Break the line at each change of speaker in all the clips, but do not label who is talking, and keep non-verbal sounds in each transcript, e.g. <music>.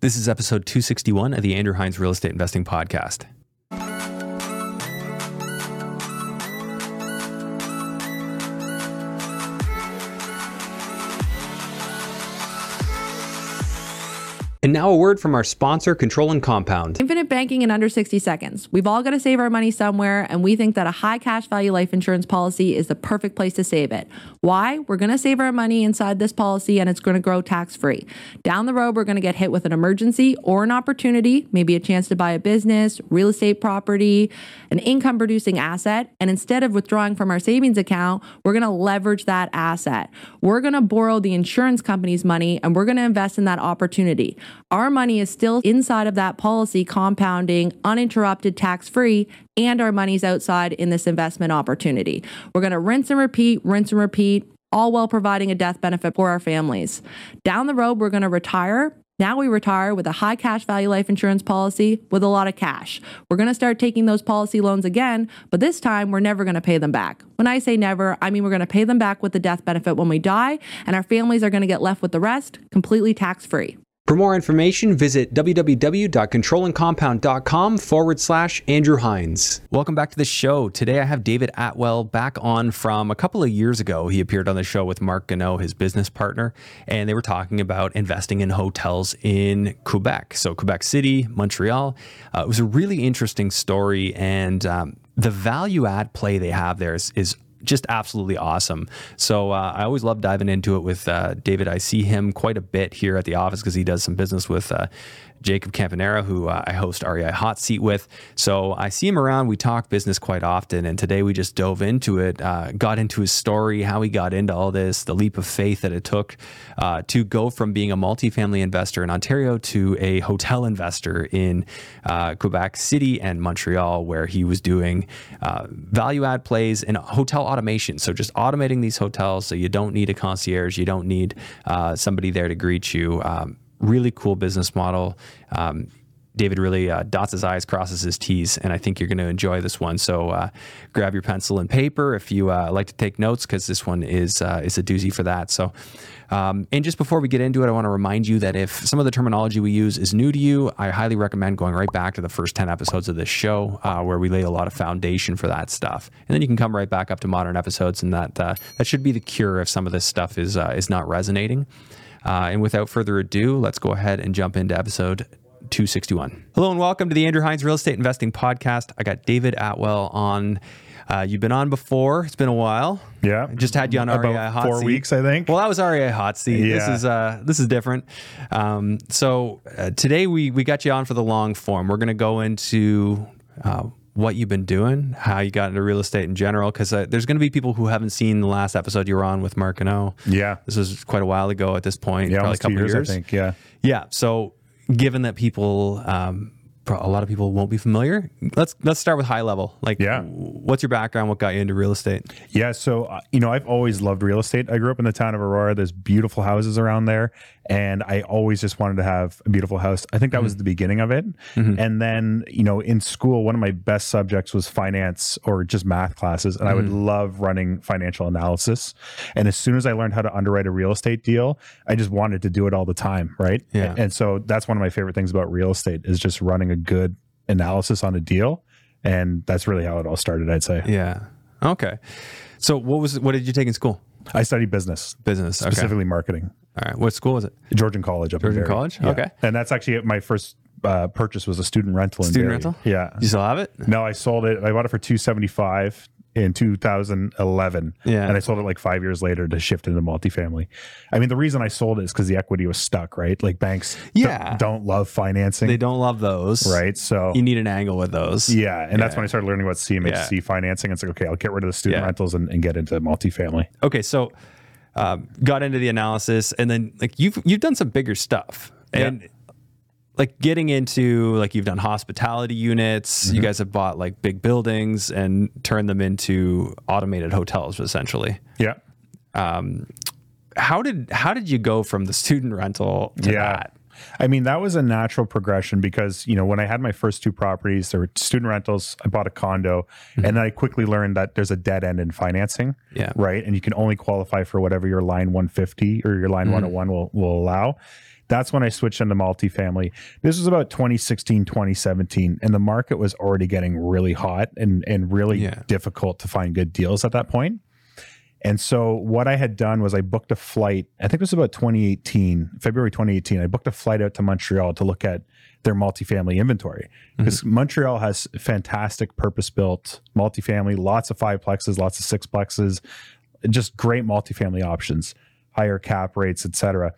This is episode 261 of the Andrew Hines Real Estate Investing Podcast. And now a word from our sponsor, Control and Compound.
Infinite banking in under 60 seconds. We've all got to save our money somewhere, and we think that a high cash value life insurance policy is the perfect place to save it. Why? We're going to save our money inside this policy and it's going to grow tax free. Down the road, we're going to get hit with an emergency or an opportunity, maybe a chance to buy a business, real estate property, an income producing asset. And instead of withdrawing from our savings account, we're going to leverage that asset. We're going to borrow the insurance company's money and we're going to invest in that opportunity. Our money is still inside of that policy, compounding, uninterrupted, tax free, and our money's outside in this investment opportunity. We're going to rinse and repeat, rinse and repeat, all while providing a death benefit for our families. Down the road, we're going to retire. Now we retire with a high cash value life insurance policy with a lot of cash. We're going to start taking those policy loans again, but this time we're never going to pay them back. When I say never, I mean we're going to pay them back with the death benefit when we die, and our families are going to get left with the rest completely tax free.
For more information, visit www.controlandcompound.com forward slash Andrew Hines. Welcome back to the show. Today I have David Atwell back on from a couple of years ago. He appeared on the show with Mark Gano, his business partner, and they were talking about investing in hotels in Quebec. So, Quebec City, Montreal. Uh, it was a really interesting story, and um, the value add play they have there is, is just absolutely awesome. So uh, I always love diving into it with uh, David. I see him quite a bit here at the office because he does some business with uh, Jacob Campanera, who uh, I host REI Hot Seat with. So I see him around. We talk business quite often, and today we just dove into it, uh, got into his story, how he got into all this, the leap of faith that it took uh, to go from being a multifamily investor in Ontario to a hotel investor in uh, Quebec City and Montreal, where he was doing uh, value add plays and hotel automation. So just automating these hotels so you don't need a concierge, you don't need uh, somebody there to greet you. Um, really cool business model. Um, David really uh, dots his I's, crosses his T's, and I think you're going to enjoy this one. So uh, grab your pencil and paper if you uh, like to take notes, because this one is uh, is a doozy for that. So, um, and just before we get into it, I want to remind you that if some of the terminology we use is new to you, I highly recommend going right back to the first 10 episodes of this show, uh, where we lay a lot of foundation for that stuff. And then you can come right back up to modern episodes, and that uh, that should be the cure if some of this stuff is uh, is not resonating. Uh, and without further ado, let's go ahead and jump into episode 261. Hello and welcome to the Andrew Hines Real Estate Investing Podcast. I got David Atwell on. Uh, you've been on before. It's been a while.
Yeah,
I just had you on
About
REI Hot
four
Seat.
weeks, I think.
Well, that was REI Hot Seat. This
Yeah.
is uh, this is different. Um, so uh, today we we got you on for the long form. We're gonna go into uh, what you've been doing, how you got into real estate in general, because uh, there's gonna be people who haven't seen the last episode you were on with Mark and O.
Yeah.
this was quite a while ago at this point.
yeah,
probably
almost
a couple
two years,
years.
I think. Yeah,
Yeah. So, given that people, um, pro- a lot of people won't be familiar, let's let's start with high level. Like,
Yeah.
w- what's your background? What got you into real estate?
yeah. So uh, you know, I've always loved real estate. I grew up in the town of Aurora. There's beautiful houses around there, and I always just wanted to have a beautiful house. I think that
Mm-hmm.
was the beginning of it. And then you know, in school, one of my best subjects was finance or just math classes, and I would
Mm-hmm.
love running financial analysis. And as soon as I learned how to underwrite a real estate deal, I just wanted to do it all the time, right?
Yeah.
And so that's one of my favorite things about real estate is just running a good analysis on a deal. And that's really how it all started, I'd say.
Yeah. Okay. So, what was what did you take in school?
I studied business,
Business. Okay.
specifically marketing,
All right. What school was it?
Georgian College up in
Georgian
Barrie.
College?
Yeah.
Okay.
And that's actually my first uh, purchase was a student rental. in
Student
Barrie.
rental?
Yeah.
You still have it?
No, I sold it. I bought it for 275 in 2011.
Yeah.
And I sold it like five years later to shift into multifamily. I mean, the reason I sold it is because the equity was stuck, right? Like banks d-
Yeah.
don't love financing,
They don't love those,
right? So
You need an angle with those.
Yeah, and that's when I started learning about CMHC
Yeah.
financing. It's like, okay, I'll get rid of the student
Yeah.
rentals and, and get into multifamily.
okay so um, got into the analysis and then like you've you've done some bigger stuff and like getting into like you've done hospitality units
Mm-hmm.
you guys have bought like big buildings and turned them into automated hotels essentially
Yeah,
how did how did you go from the student rental to that
I mean, that was a natural progression because, you know, when I had my first two properties, there were student rentals, I bought a condo, and then I quickly learned that there's a dead end in financing.
Mm-hmm. Yeah. Mm-hmm.
Right. And you can only qualify for whatever your line 150 or your line 101 will, will allow. That's when I switched into multifamily. This was about 2016, 2017, and the market was already getting really hot and, and really
Yeah.
difficult to find good deals at that point. And so what I had done was I booked a flight. I think it was about 2018, February 2018. I booked a flight out to Montreal to look at their multifamily inventory because Montreal has fantastic purpose-built multifamily, lots of fiveplexes, lots of sixplexes, just great multifamily options, higher cap rates, etc.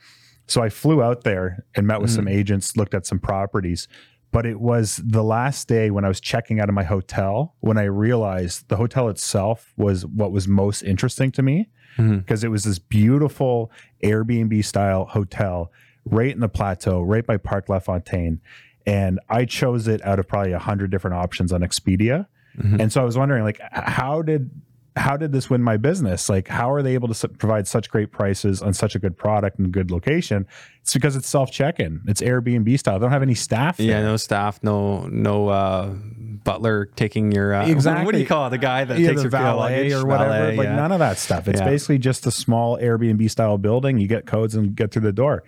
So I flew out there and met with some agents, looked at some properties. But it was the last day when I was checking out of my hotel when I realized the hotel itself was what was most interesting to me
Mhm.
because it was this beautiful Airbnb style hotel right in the plateau, right by Parc Lafontaine. And I chose it out of probably a hundred different options on Expedia.
Mhm.
And so I was wondering, like, h- how did how did this win my business? Like, how are they able to s- provide such great prices on such a good product and good location? It's because it's self check in. It's Airbnb style. They don't have any staff.
Yeah,
there.
no staff, no no uh, butler taking your uh,
Exactly.
What do you call it? The guy that
Yeah,
takes
the
your valet
valet
luggage,
or whatever.
valet,
like
yeah.
none of that stuff. It's
Yeah.
basically just a small Airbnb style building. You get codes and get through the door.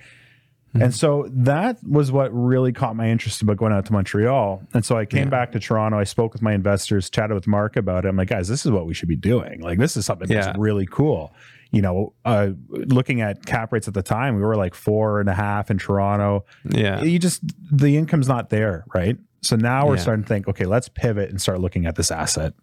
Hmm.
And so that was what really caught my interest about going out to Montreal. And so I came back to Toronto. I spoke with my investors, chatted with Mark about it. I'm like, guys, this is what we should be doing. Like, this is something
Yeah.
that's really cool. You know, uh, looking at cap rates at the time, we were like four and a half in Toronto
yeah,
you just the income's not there, right? So now we're
Yeah.
starting to think, okay, let's pivot and start looking at this asset.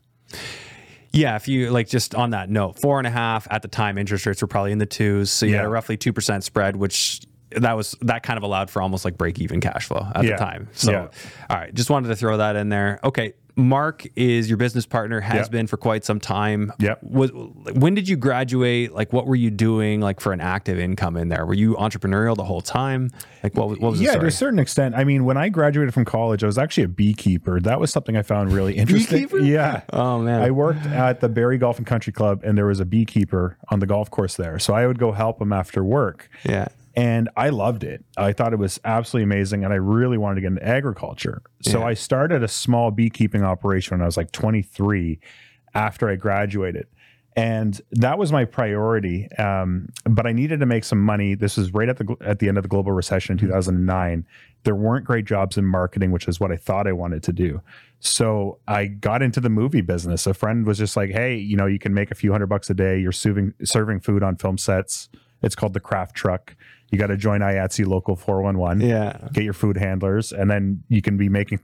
yeah. If you like, just on that note, four and a half at the time, interest rates were probably in the twos, so you had a
Yeah.
roughly two percent spread, which that was that kind of allowed for almost like break even cash flow at
Yeah.
the time. So,
Yeah.
all right, just wanted to throw that in there. Okay. Mark is your business partner, has
Yeah.
been for quite some time.
Yep.
Was, when did you graduate? Like, what were you doing? Like for an active income in there, were you entrepreneurial the whole time? Like, what, was- what was
yeah,
the
to
story?
a certain extent. I mean, when I graduated from college, I was actually a beekeeper. That was something I
<laughs>
found really interesting.
Beekeeper?
Yeah.
Oh man,
I worked at the Barry Golf and Country Club, and there was a beekeeper on the golf course there. So I would go help him after work.
yeah,
and I loved it. I thought it was absolutely amazing, and I really wanted to get into agriculture. So
Yeah.
I started a small beekeeping operation when I was like 23 after I graduated. And that was my priority, um, but I needed to make some money. This was right at the gl- at the end of the global recession in 2009. There weren't great jobs in marketing, which is what I thought I wanted to do. So I got into the movie business. A friend was just like, "Hey, you know, you can make a few hundred bucks a day. You're serving serving food on film sets. It's called the craft truck. You got to join IATSE E local 411.
yeah.
Get your food handlers, and then you can be making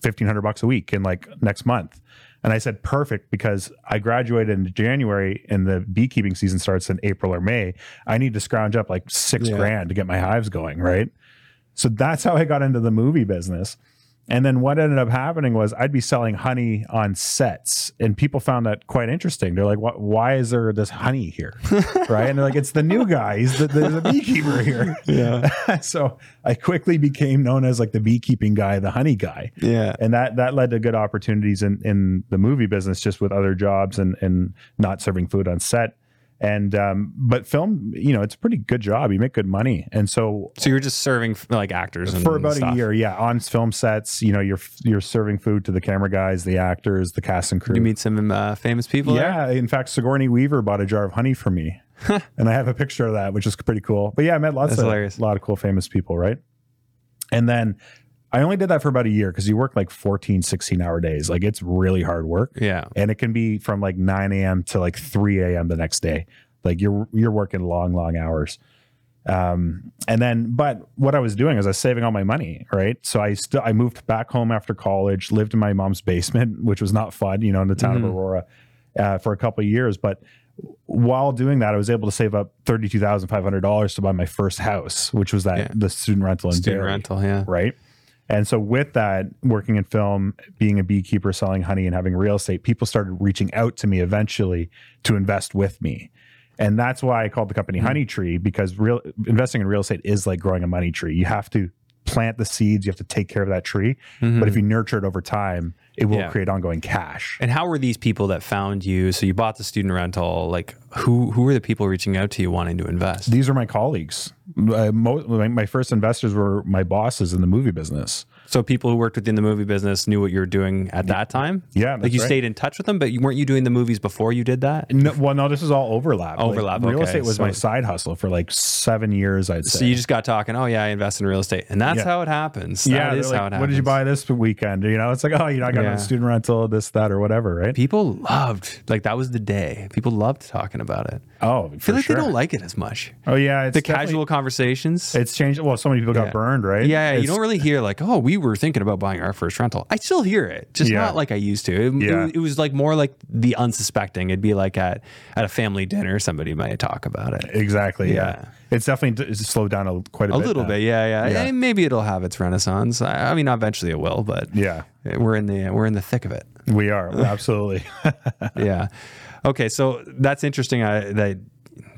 fifteen hundred bucks a week in like next month." And I said, "Perfect," because I graduated in January, and the beekeeping season starts in April or May. I need to scrounge up like six
Yeah.
grand to get my hives going, right? So that's how I got into the movie business. And then what ended up happening was I'd be selling honey on sets, and people found that quite interesting. They're like, "What? Why is there this honey
<laughs>
here?" right? And they're like, "It's the new guy. He's the, there's a beekeeper here."
Yeah,
<laughs> so I quickly became known as like the beekeeping guy, the honey guy,
yeah,
and that that led to good opportunities in in the movie business, just with other jobs and and not serving food on set. And um, but film, you know, it's a pretty good job. You make good money, and so
So you were just serving like actors and
for about
stuff.
a year yeah on film sets you know you're you're serving food to the camera guys the actors the cast and crew
You meet some uh, famous people. there?
yeah in fact sigourney weaver bought a jar of honey for me and i have a picture of that which is pretty cool but yeah i met lots
That's
of
hilarious.
a lot of cool famous people right and then i only did that for about a year because you work like 14 16 hour days like it's really hard work
yeah,
and it can be from like 9 a.m. to like 3 a.m. the next day. Like you're you're working long, long hours. Um, and then, but what I was doing is I was saving all my money, right? So I still I moved back home after college, lived in my mom's basement, <laughs> which was not fun, you know, in the town
Mhm.
of Aurora, uh, for a couple of years. But while doing that, I was able to save up thirty two thousand five hundred dollars to buy my first house, which was that
Yeah.
the student rental in
student
Barrie
rental. Yeah,
right? And so with that, working in film, being a beekeeper, selling honey and having real estate, people started reaching out to me eventually to invest with me. And that's why I called the company Honey Tree because real investing in real estate is like growing a money tree. You have to plant the seeds, you have to take care of that tree. But if you nurture it over time, it will
Yeah.
create ongoing cash.
And how were these people that found you? So you bought the student rental. Like who who were the people reaching out to you wanting to invest?
These are my colleagues. Uh, mo- my, my first investors were my bosses in the movie business.
So people who worked within the movie business knew what you were doing at that time.
Yeah,
like
that's
you
right.
stayed in touch with them, but you, weren't you doing the movies before you did that?
No, well, no, this is all overlap. Like,
Overlap,
real
okay.
estate was
So-
my side hustle for like seven years, I'd say.
So you just got talking. Oh yeah, I invest in real estate, and that's
Yeah.
how it happens.
yeah,
that
they're
is
like,
how it happens.
what did you buy this weekend? You know, it's like, oh, you know, I got
Yeah.
a student rental, this, that, or whatever, right?
People loved like that was the day. People loved talking about it. I
Oh,
feel like they don't like it as much.
Oh yeah, it's
The
definitely-
casual conversations.
It's changed. Well, so many people
Yeah.
got burned, right?
Yeah, you
It's-
don't really hear like, oh, we were thinking about buying our first rental. I still hear it, just
Yeah.
not like I used to. It, it
Yeah.
was- it was like more like the unsuspecting. It'd be like at at a family dinner, somebody might talk about it.
Exactly. Yeah.
Yeah.
It's definitely d- it's slowed down a, quite a,
A
bit.
little
now.
bit, yeah, yeah.
Yeah.
Eh, maybe it'll have its renaissance. I, I mean, eventually it will, but
Yeah,
eh, we're in the we're in the thick of
<laughs>
it.
we are
<laughs>
absolutely.
yeah. Okay, so that's interesting. I, that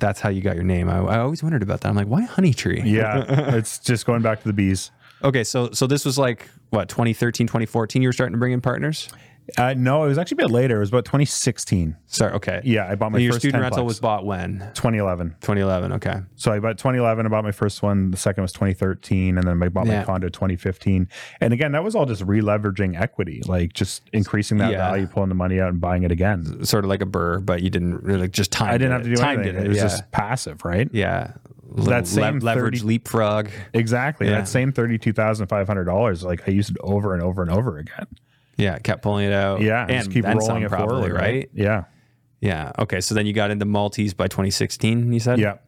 that's how you got your name. I, I always wondered about that. I'm like, why Honey Tree?
Yeah, it's just going back to the bees.
Okay, so so this was like what 2013, 2014. You were starting to bring in partners.
Uh, no, it was actually a bit later. It was about 2016.
Sorry. Okay.
Yeah, I bought my
And your
first
student
10
rental
plex.
was bought when
2011.
2011 okay
So I bought 2011. I bought my first one. The second was 2013, and then I bought
Yeah.
my condo 2015. And again, that was all just releveraging equity, like just increasing that
Yeah.
value, pulling the money out, and buying it again.
sort of like a burr but you didn't really just time
I didn't have to do
time
anything.
did it,
It, was
yeah.
just passive, right?
yeah
That same
leverage
30
leapfrog
Exactly.
Yeah.
That same thirty-two thousand five hundred dollars, like I used it over and over and over again.
yeah kept pulling it out
Yeah,
and
just keep
then some
rolling it
probably,
forward,
right
Yeah,
yeah okay so then you got into maltese by 2016 you said
yeah,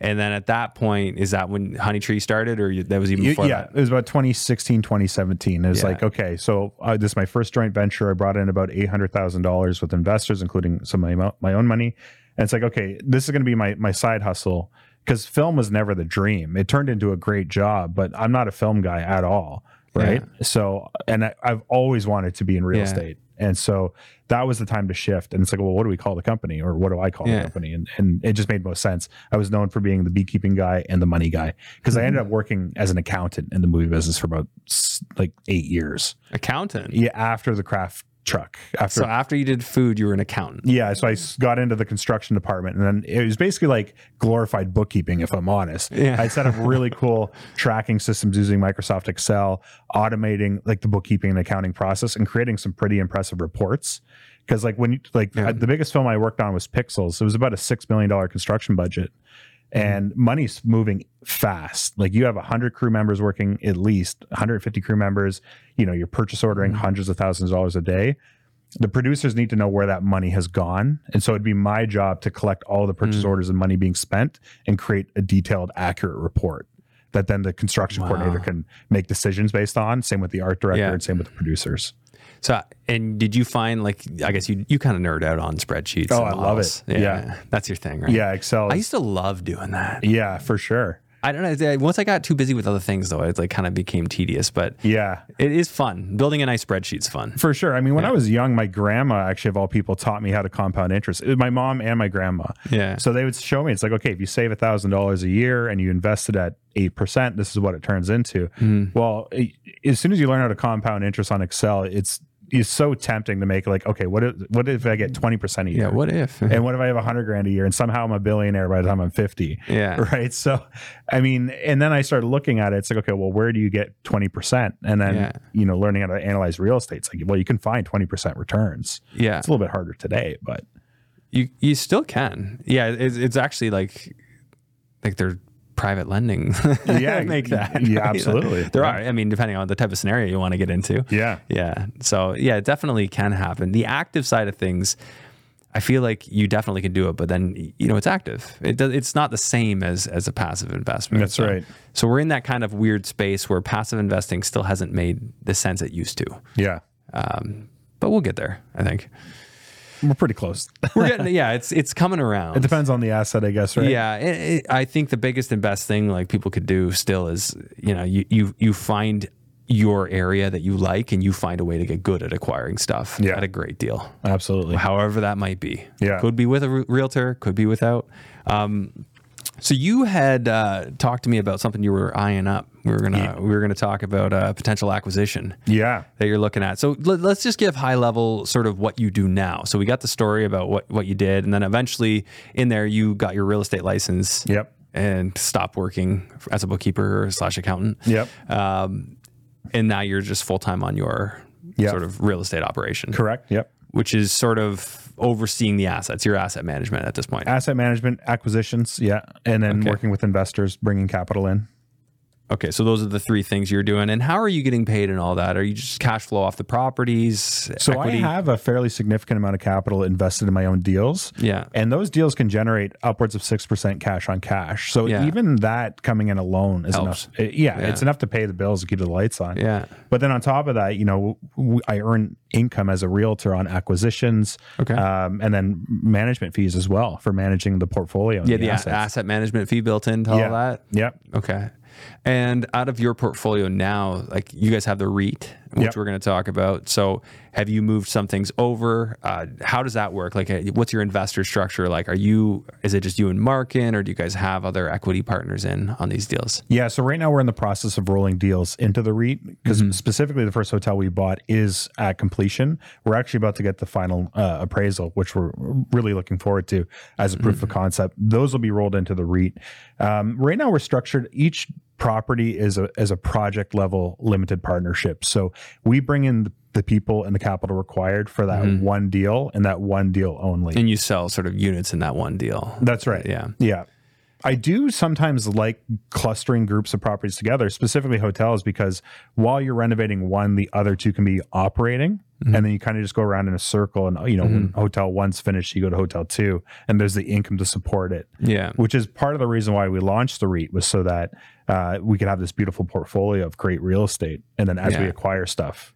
and then at that point is that when honey tree started or you, that was even
You-
before
yeah.
that
It was about 2016, 2017. It was
Yeah.
like, okay, so uh, this is my first joint venture. I brought in about eight hundred thousand dollars with investors, including some of my, mo- my own money. And it's like, okay, this is going to be my my side hustle because film was never the dream. It turned into a great job, but I'm not a film guy at all, right? So, and I, I've always wanted to be in real
Yeah.
estate. And so that was the time to shift. And it's like, well, what do we call the company or what do I call
Yeah.
the company? And, and it just made most sense. I was known for being the beekeeping guy and the money guy because I ended up working as an accountant in the movie business for about s- like eight years.
accountant
Yeah. After the craft truck, after
so after you did food you were an accountant
yeah, so I s- got into the construction department, and then it was basically like glorified bookkeeping, if I'm honest.
Yeah.
I set up really cool tracking systems using Microsoft Excel, automating like the bookkeeping and accounting process, and creating some pretty impressive reports. Because like when you, like
Yeah.
uh, the biggest film I worked on was Pixels. It was about a six million dollar construction budget, and money's moving fast. Like you have hundred crew members working at least 150 crew members. You know you're purchase ordering hundreds of thousands of dollars a day the producers need to know where that money has gone. And so it'd be my job to collect all the purchase orders and money being spent and create a detailed, accurate report that then the construction coordinator can make decisions based on. Same with the art director
Yeah.
and same with the producers.
so and did you find like i guess you you kind of nerd out on spreadsheets
Oh,
and
I love
models.
it. Yeah.
that's your thing right
Yeah, Excel.
i
is-
used to love doing that
yeah, for sure.
I don't know. uh, Once I got too busy with other things, though, it like kind of became tedious. But
Yeah.
it is fun. Building a nice spreadsheet's fun.
For sure. I mean, when I was young, my grandma, actually, of all people, taught me how to compound interest. It was my mom and my grandma.
Yeah.
So they would show me, it's like, okay, if you save $1,000 a year and you invested at 8%, this is what it turns into.
Hmm.
Well, i- as soon as you learn how to compound interest on Excel, it's, it's so tempting to make like, okay, what if, what if I get 20% a year?
yeah. What if?
and what if I have 100 grand a year and somehow I'm a billionaire by the time I'm 50?
yeah.
<laughs> right? So, I mean, and then I started looking at it. It's like, okay, well, where do you get 20%? And then,
Yeah.
you know, learning how to analyze real estate. It's like, well, you can find 20% returns.
<laughs> Yeah.
It's a little bit harder today, but
You you still can. Yeah. It's, it's actually like like they're private lending. <laughs>
Yeah,
make that.
yeah, absolutely.
There
Yeah.
are. I mean, depending on the type of scenario you want to get into.
yeah.
Yeah. So yeah, it definitely can happen. The active side of things, I feel like you definitely can do it, but then you know it's active. It does, it's not the same as as a passive investment.
That's
So-
right.
So we're in that kind of weird space where passive investing still hasn't made the sense it used to.
Yeah.
But we'll get there, I think.
We're
<laughs>
pretty close.
We're getting yeah, it's it's coming
<laughs>
around.
It depends on the asset, I guess,
<laughs>
right?
Yeah, it, it, I think the biggest and best thing like people could do still is you know you you you find your area that you like and you find a way to get good at acquiring stuff
Yeah.
at a great deal.
Absolutely.
however that might be.
Yeah.
Could be with a re- realtor, could be without. Um, So you had uh, talked to me about something you were eyeing up. We were gonna we were gonna talk about uh, potential acquisition
Yeah.
that you're looking at. So let, let's just give high level sort of what you do now. So we got the story about what what you did, and then eventually in there you got your real estate license.
Yep.
And stopped working as a bookkeeper slash accountant.
Yep.
Um, and now you're just full time on your
Yeah.
sort of real estate operation,
Correct. Yep.
which is sort of overseeing the assets, your asset management at this point.
Asset management, acquisitions. Yeah. And then
Okay.
working with investors, bringing capital in.
Okay, so those are the three things you're doing. And how are you getting paid and all that? Are you just cash flow off the properties?
So
equity?
I have a fairly significant amount of capital invested in my own deals.
Yeah.
And those deals can generate upwards of 6% cash on cash. So
Yeah.
even that coming in alone is
Helps.
enough. it- yeah, It's enough to pay the bills and keep the lights on.
Yeah.
But then on top of that, you know, w- I earn income as a realtor on acquisitions
Okay.
um, and then management fees as well for managing the portfolio. and
yeah, the a-
assets.
asset management fee built into
yeah.
all that.
Yep.
Okay. And out of your portfolio now, like you guys have the REIT, which
Yep.
we're going to talk about. So have you moved some things over? Uh, how does that work? Like, uh, what's your investor structure like? Are you, is it just you and Mark in, or do you guys have other equity partners in on these deals?
Yeah, so right now we're in the process of rolling deals into the REIT because specifically the first hotel we bought is at completion. We're actually about to get the final uh, appraisal, which we're really looking forward to as a proof of concept. Those will be rolled into the REIT. Um, right now we're structured each property is a as a project level limited partnership. So we bring in the, the people and the capital required for that one deal and that one deal only.
And you sell sort of units in that one deal.
That's right.
Yeah.
Yeah. I do sometimes like clustering groups of properties together, specifically hotels, because while you're renovating one, the other two can be operating.
Mm-hmm.
And then you kind of just go around in a circle. And, you know, when hotel one's finished, you go to hotel two, and there's the income to support it,
Yeah.
which is part of the reason why we launched the REIT was so that uh, we could have this beautiful portfolio of great real estate. And then as we
Yeah.
acquire stuff,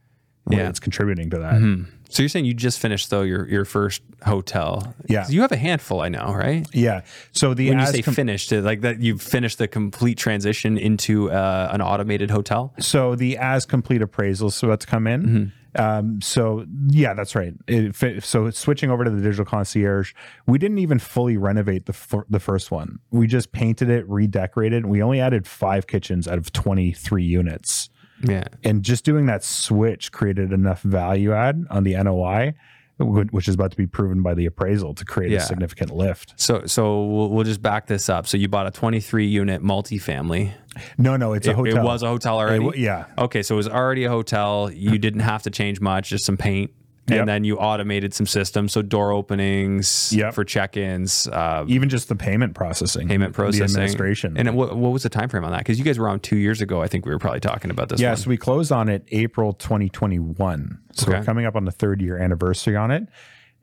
Yeah. Mm-hmm.
it's contributing to that.
Hmm. So you're saying you just finished though your your first hotel?
Yeah.
'Cause You have a handful, I know, right?
Yeah. So the
When you
as
say
com-
finished, like that, you've finished the complete transition into uh, an automated hotel.
So the as complete appraisal is about to come in.
Mm-hmm.
Um, so yeah, that's right. It, fi- so switching over to the digital concierge, we didn't even fully renovate the fir- the first one. We just painted it, redecorated, and we only added five kitchens out of twenty three units.
Yeah.
And just doing that switch created enough value add on the NOI, wh- which is about to be proven by the appraisal to create
Yeah.
a significant lift.
So so we'll, we'll just back this up. So you bought a 23 unit multifamily.
No, no, it's a
It
hotel.
was a hotel
It
already.
wa- yeah. Mm-hmm.
Okay, so it was already a hotel. You didn't have to change much, just some paint. And
Yep.
then you automated some systems, so door openings
Yep.
for check-ins, uh,
Even just the payment processing,
payment processing,
the administration,
And what, what was the time frame on that? Because you guys were on two years ago. I think we were probably talking about this.
Yeah,
one.
so we closed on it April 2021. So
Okay.
we're coming up on the third year anniversary on it.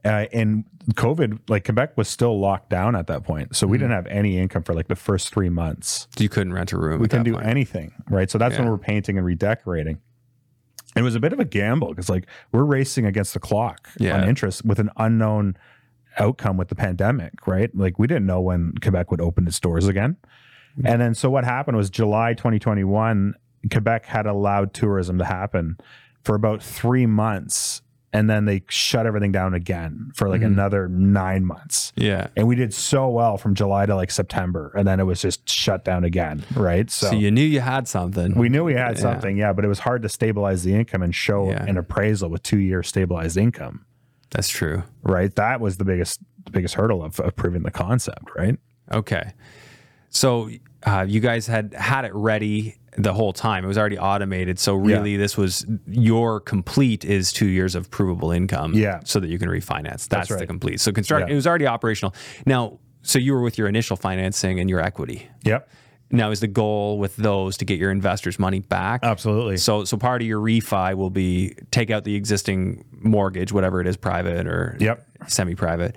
Uh, and COVID, like Quebec was still locked down at that point. So we
Mm-hmm.
didn't have any income for like the first three months.
You couldn't rent a room.
We
at
couldn't
that
do
point.
anything, right? So that's when we're painting and redecorating. It was a bit of a gamble because like we're racing against the clock
Yeah.
on interest with an unknown outcome with the pandemic, right? Like we didn't know when Quebec would open its doors again. And then so what happened was July 2021, Quebec had allowed tourism to happen for about 3 months and then they shut everything down again for like
Mm-hmm.
another 9 months.
Yeah.
And we did so well from July to like September and then it was just shut down again, right? So,
So, you knew you had something.
we knew we had
Yeah.
something, yeah, but it was hard to stabilize the income and show
Yeah.
an appraisal with 2 year stabilized income,
That's true.
right? That was the biggest the biggest hurdle of, of proving the concept, right?
Okay. So uh, you guys had had it ready the whole time. It was already automated. So really, this was your complete is two years of provable income.
Yeah.
So that you can refinance. That's, the
right.
complete. So construct.
Yeah.
It was already operational. Now, so you were with your initial financing and your equity.
Yep.
Now is the goal with those to get your investors' money back?
Absolutely.
So, so part of your refi will be take out the existing mortgage, whatever it is, private or
Yep.
semi-private,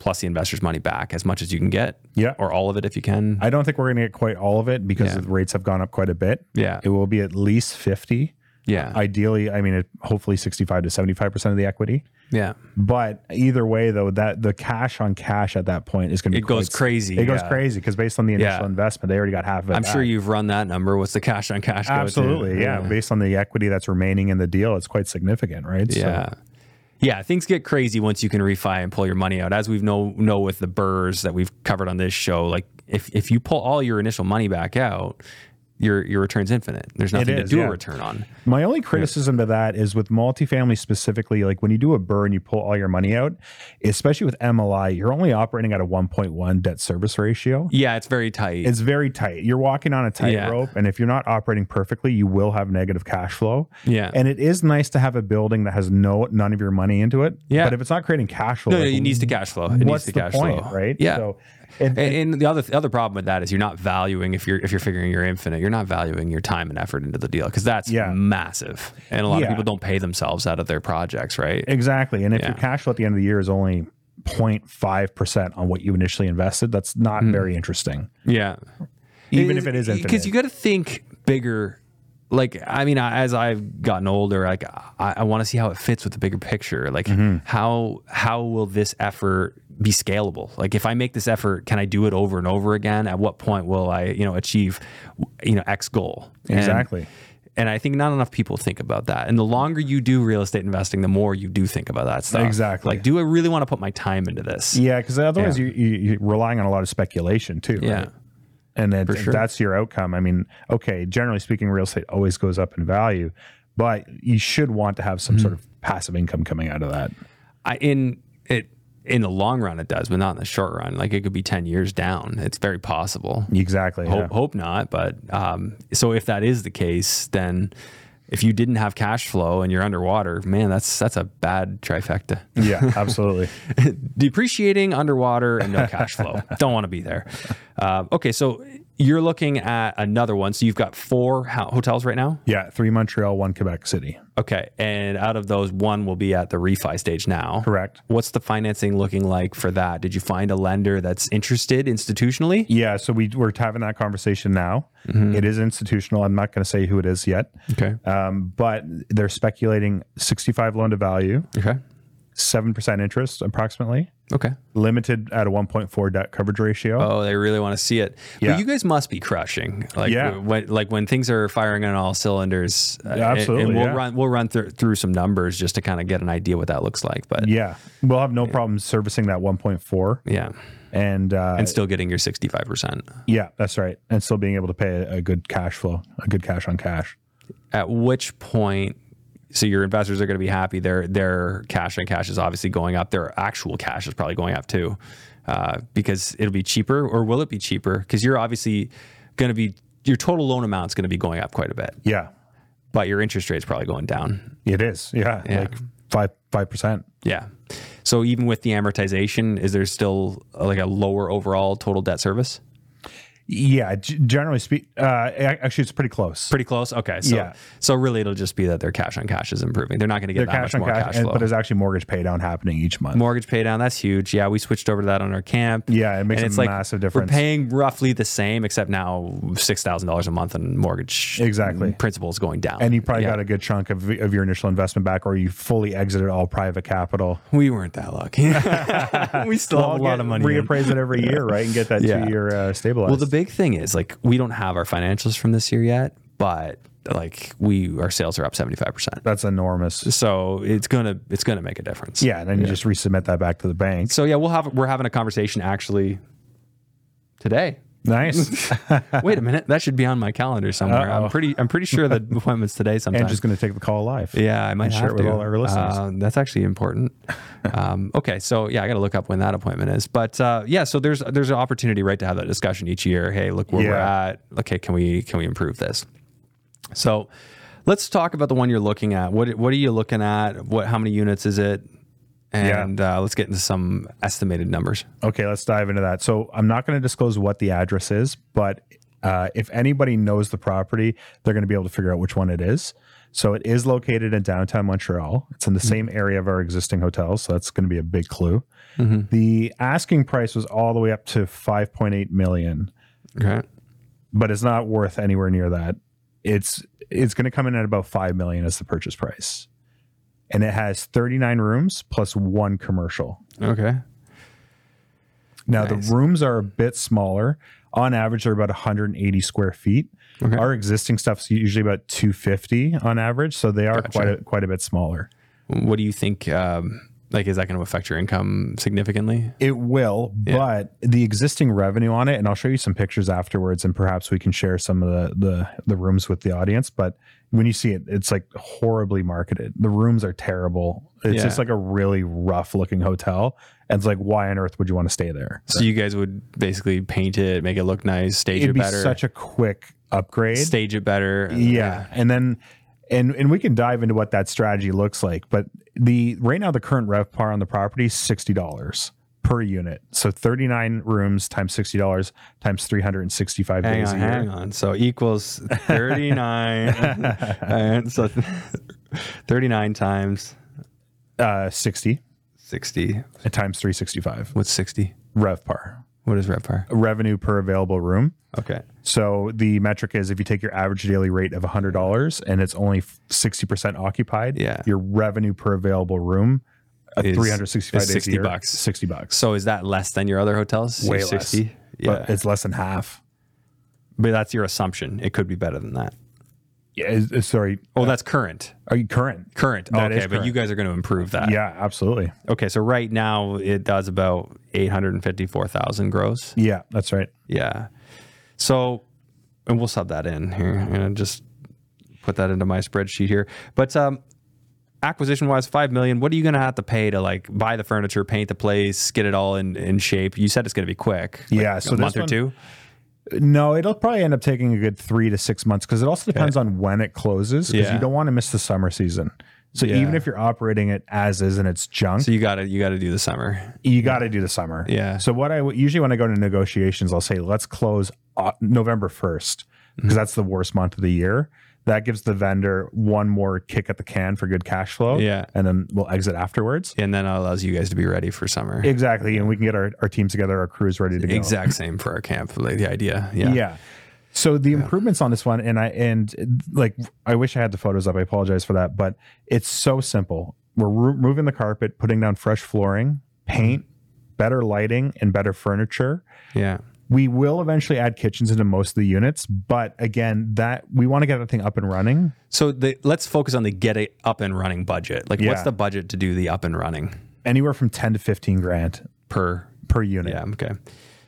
plus the investor's money back as much as you can get,
Yeah.
or all of it if you can.
I don't think we're going to get quite all of it because the rates have gone up quite a bit.
Yeah.
It will be at least 50.
yeah,
Ideally, I mean, it, hopefully 65 to 75% of the equity.
yeah.
But either way, though, that the cash on cash at that point is going to be
It goes
quite-
crazy.
It goes
yeah.
crazy because based on the initial
Yeah.
investment, they already got half of it.
I'm sure
back.
you've run that number. What's the cash on cash? go to?
Absolutely. Yeah. Based on the equity that's remaining in the deal, it's quite significant, right? So-
Yeah. Yeah, things get crazy once you can refi and pull your money out. As we've know know with the burrs that we've covered on this show, like if if you pull all your initial money back out, your your return's infinite. There's nothing
is,
to do
yeah.
a return on.
My only criticism to that is with multifamily specifically, like when you do a burr and you pull all your money out, especially with MLI, you're only operating at a 1.1 debt service ratio.
Yeah, it's very tight.
It's very tight. You're walking on a
Yeah.
tightrope, and if you're not operating perfectly, you will have negative cash flow.
Yeah.
and it is nice to have a building that has no none of your money into it.
Yeah.
but if it's not creating cash flow,
no, no,
like,
it needs to cash flow. It needs
what's
to
the
cash
point,
flow,
right?
Yeah.
So, it,
and, and the other the other problem with that is you're not valuing if you're if you're figuring you're infinite, you're not valuing your time and effort into the deal because that's
Yeah.
massive. And a lot
Yeah.
of people don't pay themselves out of their projects, right?
Exactly. And if your
Yeah.
cash flow at the end of the year is only 0.5% on what you initially invested, that's not very interesting.
Yeah.
Even if it is infinite.
Hmm. Because you got to think bigger. Like, I mean, I- as I've gotten older, like I, I want to see how it fits with the bigger picture. Like
Mm-hmm.
how, how will this effort be scalable? Like if I make this effort, can I do it over and over again? At what point will I, you know, achieve, you know, X goal? And-
Exactly.
And I think not enough people think about that. And the longer you do real estate investing, the more you do think about that stuff.
Exactly.
Like, do I really want to put my time into this?
Yeah, because otherwise You, you, you're relying on a lot of speculation too.
Yeah.
right? And then if
sure.
that's your outcome. I mean, okay, generally speaking, real estate always goes up in value, but you should want to have some sort
Mm-hmm.
of passive income coming out of that.
I, in it in the long run it does, but not in the short run. Like it could be ten years down. It's very possible.
Exactly.
Hope,
yeah.
hope not, but um, so if that is the case, then if you didn't have cash flow and you're underwater, man, that's that's a bad trifecta. <laughs>
yeah, absolutely.
Depreciating underwater and no cash flow. Don't want to be there. Uh, okay, so you're looking at another one. So you've got four ho- hotels right now.
Yeah, three Montreal, one Quebec City.
Okay, and out of those, one will be at the refi stage now.
Correct.
What's the financing looking like for that? Did you find a lender that's interested institutionally?
Yeah, so we, we're having that conversation now.
Mm-hmm.
It is institutional. I'm not going to say who it is yet.
Okay.
um, but they're speculating 65 loan to value,
Okay.
7% interest approximately,
Okay.
limited at a 1.4 debt coverage ratio.
Oh, they really want to see it.
Yeah.
But you guys must be crushing. Like
Yeah.
when like when things are firing on all cylinders. uh, and-
absolutely,
And we'll
yeah.
run we'll run through through some numbers just to kind of get an idea what that looks like. But yeah.
yeah, we'll have no problem servicing that 1.4 and, uh,
And still getting your sixty five percent.
yeah, that's right. And still being able to pay a, a good cash flow, a good cash on cash.
At which point so your investors are going to be happy. Their their cash on cash is obviously going up. Their actual cash is probably going up too, uh, because it'll be cheaper. Or will it be cheaper? Because you're obviously going to be your total loan amount's going to be going up quite a bit,
Yeah,
but your interest rate's probably going down.
it is. Yeah, like five, 5%.
Yeah. So even with the amortization, is there still uh, like a lower overall total debt service?
Yeah, g- generally speak, uh, a- actually, it's pretty close.
Pretty close. Okay. So,
Yeah.
So really, it'll just be that their cash on cash is improving. They're not going to get
Their
that
cash
much
on
more
cash,
cash
and,
flow.
but there's actually mortgage pay down happening each month.
mortgage pay down that's huge yeah we switched over to that on our camp
Yeah, it makes
and
a
it's like
massive difference.
we're paying roughly the same except now six thousand dollars a month in mortgage
Exactly.
principal is going down
and you probably
Yeah.
got a good chunk of, of your initial investment back, or you fully exited all private capital.
we weren't that
<laughs>
lucky <laughs> we still have a
Well,
lot
get-
of money in.
Reappraise it every year, right, and get
<laughs>
that
Yeah.
two-year uh, stabilized.
well the big thing is like we don't have our financials from this year yet but like we our sales are up 75 percent
That's enormous.
so it's gonna it's gonna make a difference
Yeah, and then you just resubmit that back to
<laughs>
the bank.
so yeah we'll have we're having a conversation actually today
Nice.
Wait a minute, that should be on my calendar somewhere.
Uh-oh.
I'm pretty. I'm pretty sure the
<laughs>
appointment's today.
and
Sometime.
just going to take the call live.
yeah, I might
share
have
it with
to.
all our listeners.
Uh, that's actually important. um, okay, so yeah, I got to look up when that appointment is. But uh, yeah, so there's there's an opportunity, right, to have that discussion each year. Hey, look where we're
Yeah.
at. Okay, can we can we improve this? So let's talk about the one you're looking at. What what are you looking at? What how many units is it? And uh, let's get into some estimated numbers.
Okay, let's dive into that. So I'm not going to disclose what the address is, but uh, if anybody knows the property, they're going to be able to figure out which one it is. So it is located in downtown Montreal. It's in the same area of our existing hotels, so that's going to be a big clue. Mm-hmm. The asking price was all the way up to 5.8 million.
Okay.
but it's not worth anywhere near that. It's it's going to come in at about five million as the purchase price, and it has thirty nine rooms plus one commercial.
Okay.
Now
Nice.
the rooms are a bit smaller. On average, they're about 180 square feet.
Okay.
Our existing stuff's usually about 250 on average, so they are
Gotcha.
quite a, quite a bit smaller.
What do you think um, Like, is that going to affect your income significantly?
It will, but the existing revenue on it, and I'll show you some pictures afterwards, and perhaps we can share some of the the, the rooms with the audience. But when you see it, it's like horribly marketed. The rooms are terrible. It's
Yeah.
just like a really rough looking hotel. And it's like, why on earth would you want to stay there?
So you guys would basically paint it, make it look nice, stage
It'd
it
be
better,
such a quick upgrade.
stage it better. Uh,
yeah. And then and and we can dive into what that strategy looks like, but the right now the current rev par on the property is sixty dollars per unit. So thirty nine rooms times sixty dollars times three hundred and sixty five
Hang
days
on,
a year.
hang on. So equals 39.
<laughs>
and so 39 times
Uh sixty
60.
times three sixty five.
What's 60?
Rev par.
What is RevPAR?
Revenue per available room.
Okay.
So the metric is if you take your average daily rate of hundred dollars and it's only sixty percent occupied,
Yeah.
your revenue per available room uh,
Is-
three hundred sixty five
is
days a
60
year,
bucks.
sixty bucks.
So is that less than your other hotels?
Way less.
60? Yeah.
But it's less than half.
but that's your assumption. It could be better than that.
Yeah, is- is- sorry.
Oh, that's current.
Are you current?
Current.
That
okay,
is
but you guys are going to improve that.
Yeah, absolutely.
Okay, so right now it does about 854,000 gross.
Yeah, that's right.
Yeah. So, and we'll sub that in here and just put that into my spreadsheet here. But um, acquisition wise, five million. What are you going to have to pay to like buy the furniture, paint the place, get it all in, in shape? You said it's going to be quick. like
Yeah, so
a
this
month or
one-
two.
No, it'll probably end up taking a good three to six months because it also depends on when it closes because
Yeah.
you don't want to miss the summer season. So
Yeah.
even if you're operating it as is and it's junk,
So you got to you got to do the summer.
you got to do the summer.
Yeah.
So what I w- usually when I go to negotiations, I'll say let's close uh, November first because that's the worst month of the year. That gives the vendor one more kick at the can for good cash flow.
Yeah.
And then we'll exit afterwards.
And then it allows you guys to be ready for summer.
Exactly. And we can get our, our teams together, our crews ready to go.
exact same for our camp. Like the idea. Yeah.
Yeah. So the improvements on this one, and I and uh, like I wish I had the photos up. I apologize for that, but it's so simple. We're removing the carpet, putting down fresh flooring, paint,
Mm-hmm.
better lighting, and better furniture.
Yeah.
We will eventually add kitchens into most of the units, but again, that we want to get that thing up and running.
So the, let's focus on the get it up and running budget. Like, what's
Yeah.
the budget to do the up and running
Anywhere from ten to fifteen grand
per
per unit.
Yeah. Okay.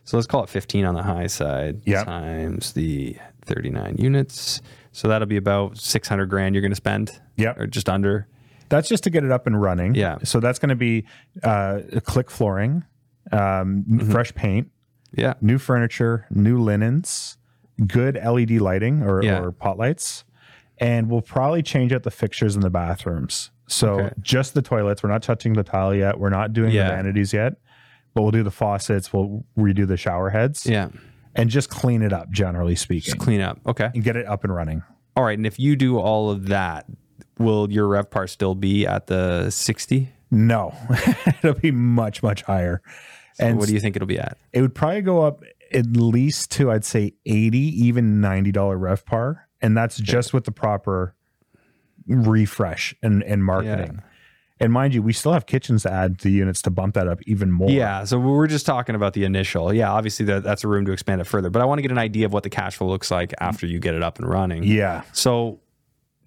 So let's call it 15 on the high side
Yep.
times the 39 units. So that'll be about 600 grand you're going to spend.
Yep.
Or just under.
That's just to get it up and running.
Yeah.
So that's going to be uh, click flooring, um,
Mm-hmm.
n- fresh paint,
Yeah.
new furniture, new linens, good LED lighting or,
Yeah.
or pot lights, and we'll probably change out the fixtures in the bathrooms. So
Okay.
just the toilets. We're not touching the tile yet. We're not doing
Yeah.
the vanities yet, but we'll do the faucets. We'll redo the shower heads
Yeah.
and just clean it up, generally speaking,
Just clean up. Okay.
and get it up and running.
All right. And if you do all of that, will your rev par still be at the 60?
No, <laughs> it'll be much, much higher.
And
and
what do you think it'll be at?
it would probably go up at least to I'd say 80 even 90 dollar ref par and that's just with the proper refresh and and marketing and mind you we still have kitchens to add to units to bump that up even more
Yeah. So we we're just talking about the initial. Yeah. Obviously, that, that's a room to expand it further. But I want to get an idea of what the cash flow looks like after you get it up and running.
yeah
So,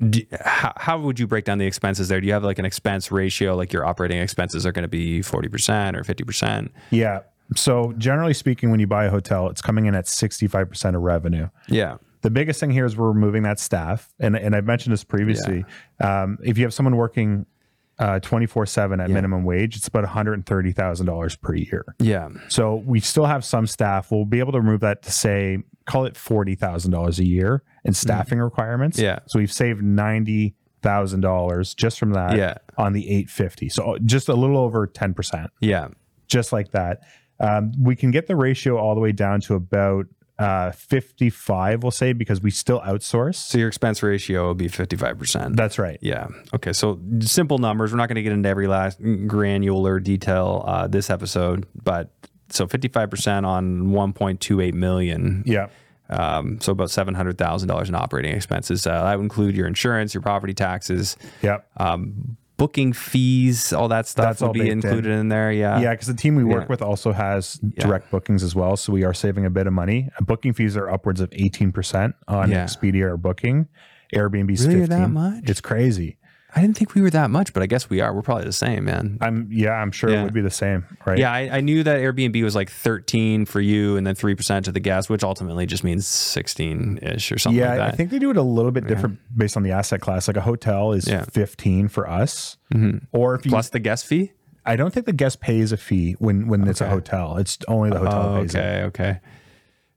do, how, how would you break down the expenses there? Do you have like an expense ratio, like your operating expenses are going to be 40% or 50%?
yeah so generally speaking when you buy a hotel it's coming in at 65% of revenue
Yeah.
the biggest thing here is we're removing that staff and and I've mentioned this previously um, if you have someone working uh 24/7 at minimum wage it's about $130,000 per year
Yeah.
So we still have some staff. We'll be able to remove that to say, call it forty thousand dollars a year in staffing requirements.
Mm-hmm. Yeah.
So we've saved ninety thousand dollars just from that.
Yeah.
On the eight fifty, so uh, just a little over ten percent,
Yeah.
just like that. Um, we can get the ratio all the way down to about uh, fifty-five, we'll say, because we still outsource.
So your expense ratio would be 55%.
That's right.
Yeah. Okay. So simple numbers. We're not going to get into every last granular detail uh, this episode, but so 55% on 1.28 million.
Yeah.
Um, so about $700,000 in operating expenses. Uh, that would include your insurance, your property taxes,
Yeah.
booking fees, all that stuff
That's
will
all
be
baked
included in, there. Yeah.
Yeah, because the team we work
Uh, Yeah.
with also has direct bookings as well, so we are saving a bit of money. Booking fees are upwards of eighteen percent on
Yeah.
Expedia or Booking. Airbnb's
Really? That
fifteen.
much?
It's crazy.
I didn't think we were that much, but I guess we are. We're probably the same, man.
I'm yeah, I'm sure
Yeah.
it would be the same, right?
Yeah, I, I knew that Airbnb was like 13 for you and then 3% to the guest, which ultimately just means 16 ish or something
Yeah,
like that.
I think they do it a little bit different based on the asset class. Like a hotel is
Yeah. Mm-hmm.
15 for us. Or if you
Plus the guest fee?
I don't think the guest pays a fee when when it's a hotel. It's only the hotel
Oh,
pays it.
Okay, okay.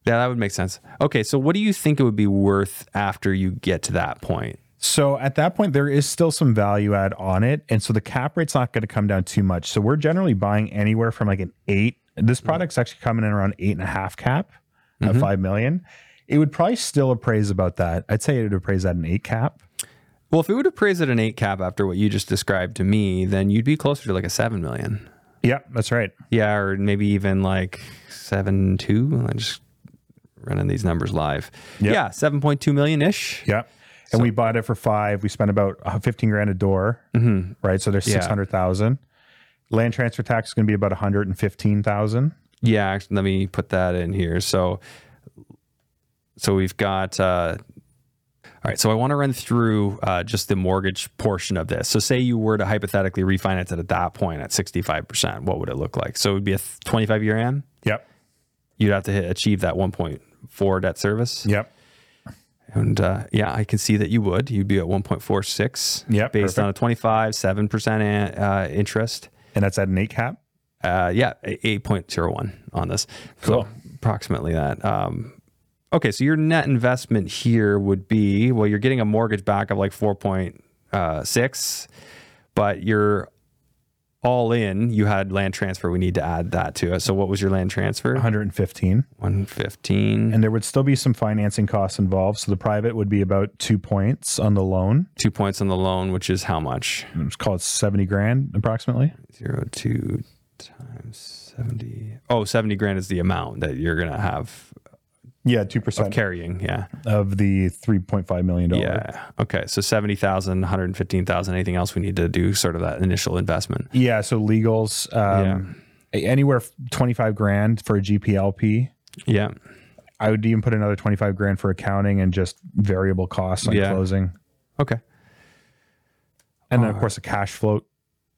Yeah, that would make sense. Okay, so what do you think it would be worth after you get to that point?
So at that point, there is still some value add on it, and so the cap rate's not going to come down too much. So we're generally buying anywhere from like an eight. This product's actually coming in around eight and a half cap at five million. It would probably still appraise about that. I'd say it would appraise at an eight cap.
Well, if it would appraise at an eight cap after what you just described to me, then you'd be closer to like a seven million.
Yeah, that's right.
Yeah, or maybe even like seven two. I'm just running these numbers live. Yeah, seven point two million ish.
Yeah. And we bought it for five. We spent about uh, fifteen grand a door, right? So there's
Yeah.
six hundred thousand. Land transfer tax is going to be about one hundred and fifteen thousand.
Yeah, actually, let me put that in here. So, so we've got. Uh, all right, so I want to run through uh, just the mortgage portion of this. So, say you were to hypothetically refinance it at that point at sixty-five percent, what would it look like? So, it would be a twenty-five year am.
Yep.
You'd have to hit, achieve that one point four debt service.
Yep.
And uh, yeah, I can see that you would. You'd be at 1.46
Yep,
based on a 25, 7% an- uh, interest.
And that's at an eight cap.
Uh, yeah, a- 8.01 on this. So
Cool.
approximately that. Um, okay, so your net investment here would be well, you're getting a mortgage back of like 4.6, but you're all in. You had land transfer. We need to add that to it. So what was your land
One
transfer?
hundred and fifteen.
115,
and there would still be some financing costs involved. So the private would be about two points on the loan.
two points on the loan, which is how much?
Let's call it 70 grand approximately.
zero two times 70 oh 70 grand is the amount that you're gonna have
Yeah, 2%
carrying yeah
of the $3.5 million.
yeah okay so 70000 115000 anything else we need to do sort of that initial investment
Yeah, So legals, um, a- anywhere f- 25 grand for a GPLP.
yeah
I would even put another 25 grand for accounting and just variable costs on
Yeah.
closing.
okay
And
Oh.
then, of course, a cash float.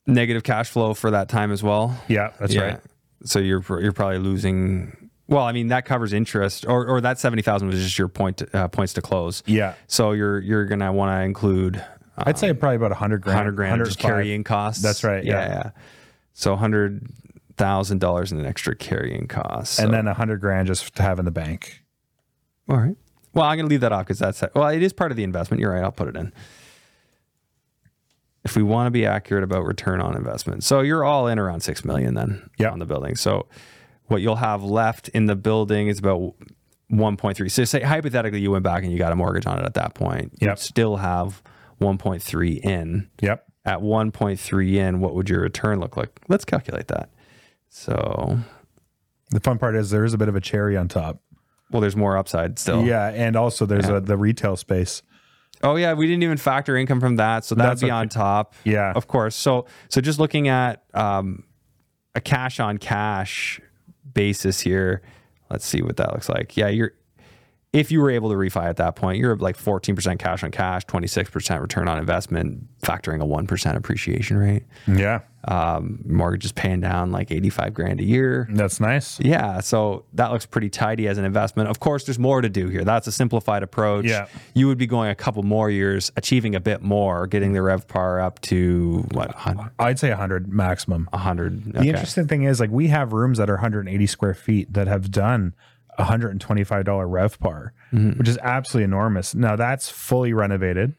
negative cash flow for that time as well
Yeah, that's
yeah
right.
so you're pr- you're probably losing well i mean that covers interest or or that 70000 was just your point uh, points to close
Yeah.
so you're you're gonna want to include
I'd say probably about 100 grand.
100 Uh, grand of just
105.
carrying costs.
That's right,
Yeah.
yeah.
yeah. So $100,000 in an extra carrying cost.
And then 100 grand just to have in the bank.
all right. Well, I'm going to leave that off because that's, well, it is part of the investment. You're right. I'll put it in. If we want to be accurate about return on investment. So you're all in around 6 million then
Yeah.
on the building. So what you'll have left in the building is about 1.3. So say hypothetically you went back and you got a mortgage on it at that point.
Yep.
You'd still have 1.3 in.
Yep.
at 1.3 in, what would your return look like? Let's calculate that. So,
The fun part is there is a bit of a cherry on top.
well, there's more upside still.
Yeah, and also there's a, the retail space.
Oh yeah, we didn't even factor income from that, so that'd
That's
be
okay.
on top.
Yeah.
of course. So, so just looking at um, a cash on cash basis here, let's see what that looks like. Yeah, you're if you were able to refi at that point, you're like 14% cash on cash, 26% return on investment, factoring a 1% appreciation rate.
Yeah,
Um, mortgage is paying down like 85 grand a year.
that's nice.
Yeah, so that looks pretty tidy as an investment. Of course, there's more to do here. That's a simplified approach.
Yeah.
You would be going a couple more years, achieving a bit more, getting the RevPAR up to what, 100?
I'd say 100 maximum.
100
The
okay.
interesting thing is, like, we have rooms that are 180 square feet that have done $125 RevPAR, which is absolutely enormous. Now, that's fully renovated.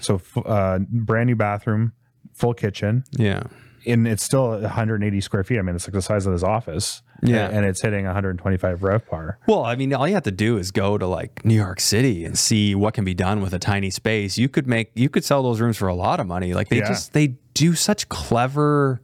So, f- uh, brand new bathroom, full kitchen,
Yeah.
and it's still 180 square feet. I mean, it's like the size of this office.
Yeah.
And, and it's hitting 125 RevPAR.
Well, I mean, all you have to do is go to like New York City and see what can be done with a tiny space. You could make, you could sell those rooms for a lot of money. Like they
Yeah.
just, they do such clever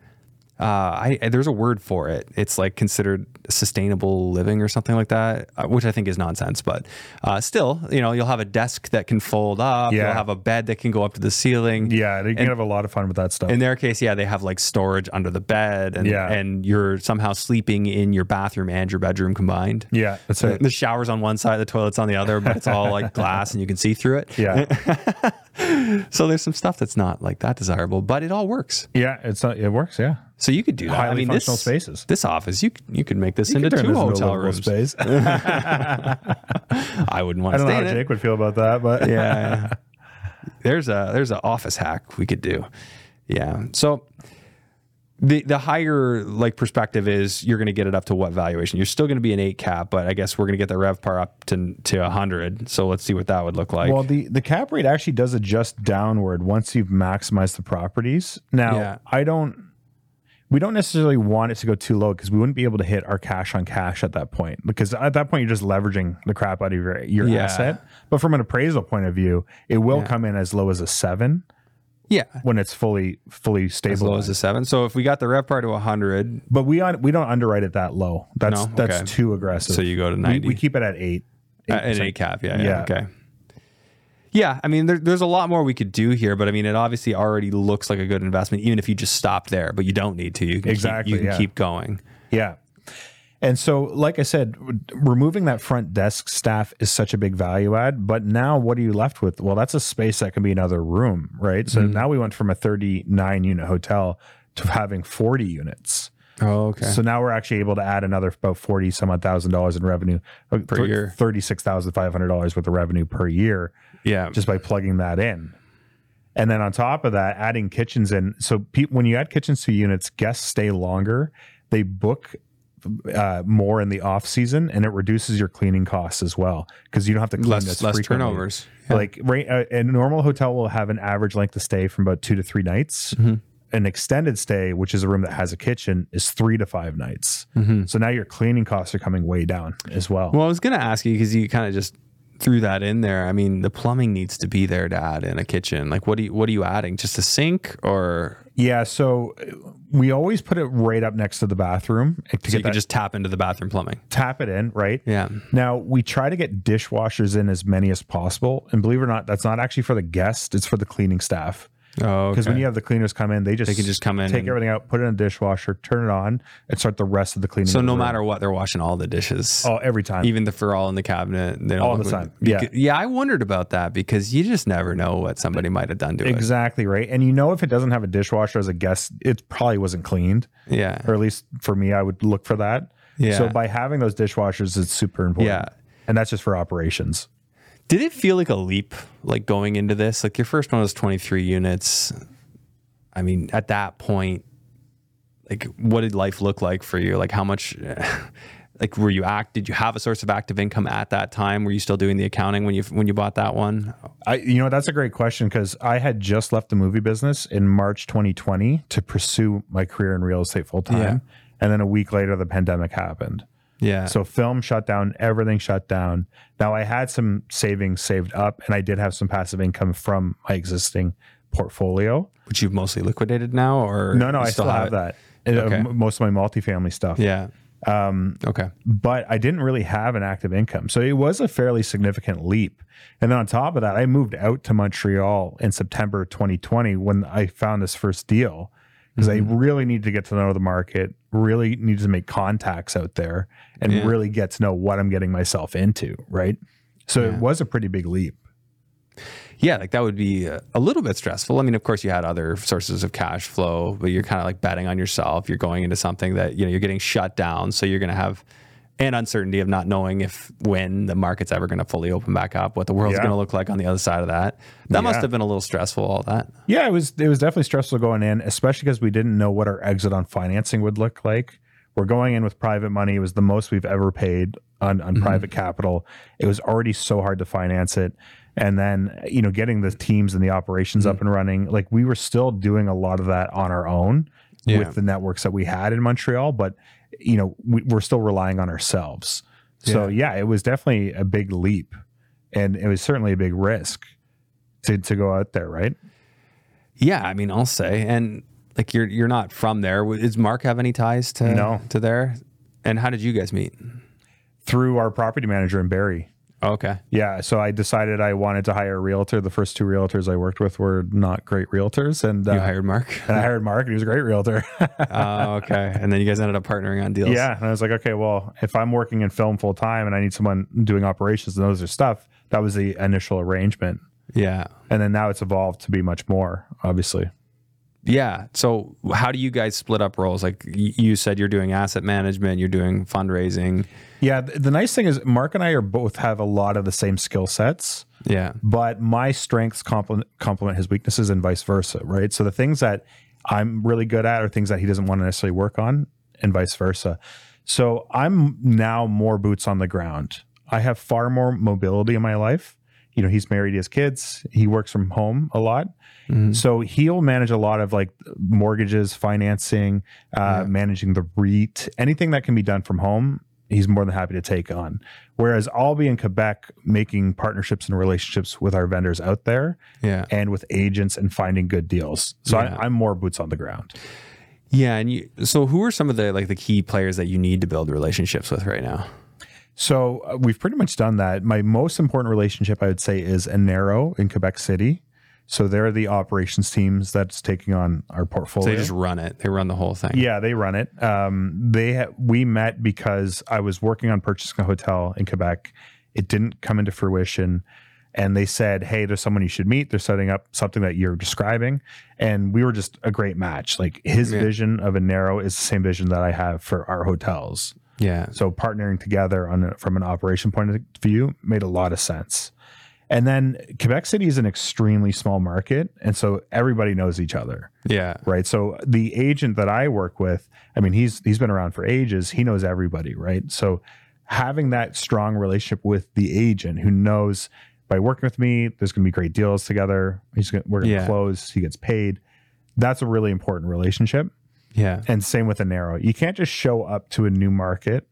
Uh, I, I- there's a word for it. It's like considered sustainable living or something like that, uh, which I think is nonsense. But uh, still, you know, you'll have a desk that can fold up.
Yeah.
You'll have a bed that can go up to the ceiling.
Yeah, you can have a lot of fun with that stuff.
In their case, yeah, they have like storage under the bed, and
Yeah.
and you're somehow sleeping in your bathroom and your bedroom combined.
yeah, that's
The,
it.
the shower's on one side, the toilet's on the other, but it's all
<laughs>
like glass and you can see through it.
Yeah,
So there's some stuff that's not like that desirable, but it all works.
yeah, it's not, it works. Yeah,
So you could do that. I
Highly
mean,
functional
this,
spaces.
This office, you could- you could make this into
Turn
two
this a
hotel
livable
rooms.
<laughs> Space. I
I wouldn't want to
don't know
stay
how
in it.
Jake would feel about that,
<laughs>
but <laughs>
yeah. <laughs> There's a there's an office hack we could do. Yeah. So the the higher like perspective is you're going to get it up to what valuation? You're still going to be an 8 cap, but I guess we're going to get the rev par up to to 100. So let's see what that would look like.
Well, the, the cap rate actually does adjust downward once you've maximized the properties. Now,
Yeah.
I don't, we don't necessarily want it to go too low because we wouldn't be able to hit our cash on cash at that point. Because at that point, you're just leveraging the crap out of your, your
Yeah.
asset. But from an appraisal point of view, it will come in as low as a seven
yeah.
when it's fully fully
As low
stable.
as a 7. So if we got the rev par to 100,
but we on, we don't underwrite it that low. That's
No?
that's
Okay.
too aggressive.
so you go to
we,
90.
we keep it at eight.
Uh, an A cap, yeah, yeah,
Yeah.
okay. Yeah, I mean, there, there's a lot more we could do here, but I mean, it obviously already looks like a good investment, even if you just stop there. But you don't need to. You can Keep,
Exactly,
you can
yeah.
keep going.
Yeah. And so, like I said, w- removing that front desk staff is such a big value add. But now, what are you left with? Well, that's a space that can be another room, right?
Mm-hmm.
So now we went from a 39 unit hotel to having 40 units.
Oh, okay.
So now we're actually able to add another about 40 some odd thousand dollars in revenue uh,
Per year.
$36,500 worth of revenue per year
yeah,
just by plugging that in. And then on top of that, adding kitchens in. So pe- when you add kitchens to units, guests stay longer. They book uh, more in the off season, and it reduces your cleaning costs as well because you don't have to clean
less
this
less
frequently.
turnovers.
Like right, uh, a normal hotel will have an average length of stay from about two to three nights.
Mm-hmm.
An extended stay, which is a room that has a kitchen, is three to five nights.
Mm-hmm.
So now your cleaning costs are coming way down as well.
Well, I was gonna ask you because you kind of just threw that in there. I mean, the plumbing needs to be there to add in a kitchen. Like, what do you what are you adding? Just a sink, or
Yeah, so uh, we always put it right up next to the bathroom eh, to
so
get
you
that,
could just tap into the bathroom plumbing?
tap it in, right?
Yeah.
Now we try to get dishwashers in as many as possible, and believe it or not, that's not actually for the guest; it's for the cleaning staff.
Oh,
Because
okay.
when you have the cleaners come in, they just they
can just come in
take
and-
everything out, put it in a dishwasher, turn it on, and start the rest of the cleaning.
so
of the
no
room.
matter what, they're washing all the dishes.
oh, every time,
even the all in the cabinet. They don't
All the
look-
time,
Beca-
yeah.
yeah, I wondered about that because you just never know what somebody might have done to
exactly right. And you know, if it doesn't have a dishwasher as a guest, it probably wasn't cleaned,
it. Yeah.
or at least for me, I would look for that.
Yeah.
So by having those dishwashers, it's super important.
Yeah.
And that's just for operations.
Did it feel like a leap, like going into this? Like your first one was 23 units. I mean, at that point, like what did life look like for you? Like how much, <laughs> like were you act? Did you have a source of active income at that time? Were you still doing the accounting when you when you bought that one?
I, you know, that's a great question because I had just left the movie business in March 2020 to pursue my career in real estate full time.
Yeah.
And then a week later, the pandemic happened.
Yeah.
So film shut down, everything shut down. Now I had some savings saved up and I did have some passive income from my existing portfolio.
which you've mostly liquidated now, or
No, no,
you
I still have
it?
that. Uh,
Okay.
m- most of my multifamily stuff.
Yeah. Um, okay.
but I didn't really have an active income. So it was a fairly significant leap. And then on top of that, I moved out to Montreal in September 2020 when I found this first deal because I really needed to get to know the market, really needed to make contacts out there and
Yeah.
really get to know what I'm getting myself into, right? So it was a pretty big leap.
yeah, like that would be uh, a, a little bit stressful. I mean, of course, you had other sources of cash flow, but you're kind of like betting on yourself. You're going into something that you know you're getting shut down, so you're going to have an uncertainty of not knowing if when the market's ever going to fully open back up, what the world's
Yeah.
going to look like on the other side of that. That must
Yeah.
have been a little stressful. All that.
Yeah, it was it was definitely stressful going in, especially because we didn't know what our exit on financing would look like. We're going in with private money. It was the most we've ever paid on, on private capital. It was already so hard to finance it. And then, you know, getting the teams and the operations up and running, like we were still doing a lot of that on our own
Yeah.
with the networks that we had in Montreal, but, you know, we, we're still relying on ourselves. So, yeah, it was definitely a big leap and it was certainly a big risk to, to go out there, right?
Yeah, I mean, I'll say, and Like you're you're not from there. W- Does Mark have any ties to
No.
to there? And how did you guys meet?
through our property manager in Barrie.
Okay.
Yeah, so I decided I wanted to hire a realtor. The first two realtors I worked with were not great realtors, and
You
uh,
hired Mark. <laughs>
and I hired Mark, and he was a great realtor. <laughs>
oh, okay. And then you guys ended up partnering on deals.
yeah, and I was like, okay, well, if I'm working in film full time and I need someone doing operations and those are stuff, that was the initial arrangement,
Yeah.
and then now it's evolved to be much more, obviously.
Yeah. So how do you guys split up roles? Like y- you said, you're doing asset management, you're doing fundraising.
Yeah, th- the nice thing is Mark and I are both have a lot of the same skill sets.
Yeah.
but my strengths complement complement his weaknesses and vice versa, right? So the things that I'm really good at are things that he doesn't want to necessarily work on, and vice versa. So I'm now more boots on the ground. I have far more mobility in my life. You know, he's married, he has kids, he works from home a lot.
Mhm.
So he'll manage a lot of like mortgages, financing, uh,
Yeah.
managing the REIT, anything that can be done from home. He's more than happy to take on. Whereas I'll be in Quebec making partnerships and relationships with our vendors out there
Yeah.
and with agents and finding good deals. So
Yeah.
I, I'm more boots on the ground.
Yeah. And you, so who are some of the like the key players that you need to build relationships with right now?
So uh, we've pretty much done that. My most important relationship, I would say, is Enero in Quebec City. So they're the operations teams that's taking on our portfolio.
So they just run it. They run the whole thing.
Oh, Yeah, they run it. Um, they ha- we met because I was working on purchasing a hotel in Quebec. It didn't come into fruition, and they said, "Hey, there's someone you should meet. They're setting up something that you're describing," and we were just a great match. Like his
Yeah.
vision of a narrow is the same vision that I have for our hotels.
Yeah.
So partnering together on a, from an operation point of view made a lot of sense. And then Quebec City is an extremely small market, and so everybody knows each other
Yeah.
right so the agent that i work with i mean he's he's been around for ages he knows everybody right so having that strong relationship with the agent who knows by working with me there's going to be great deals together he's gonna, we're going to
Yeah.
close he gets paid that's a really important relationship
Yeah.
and same with Enero. You can't just show up to a new market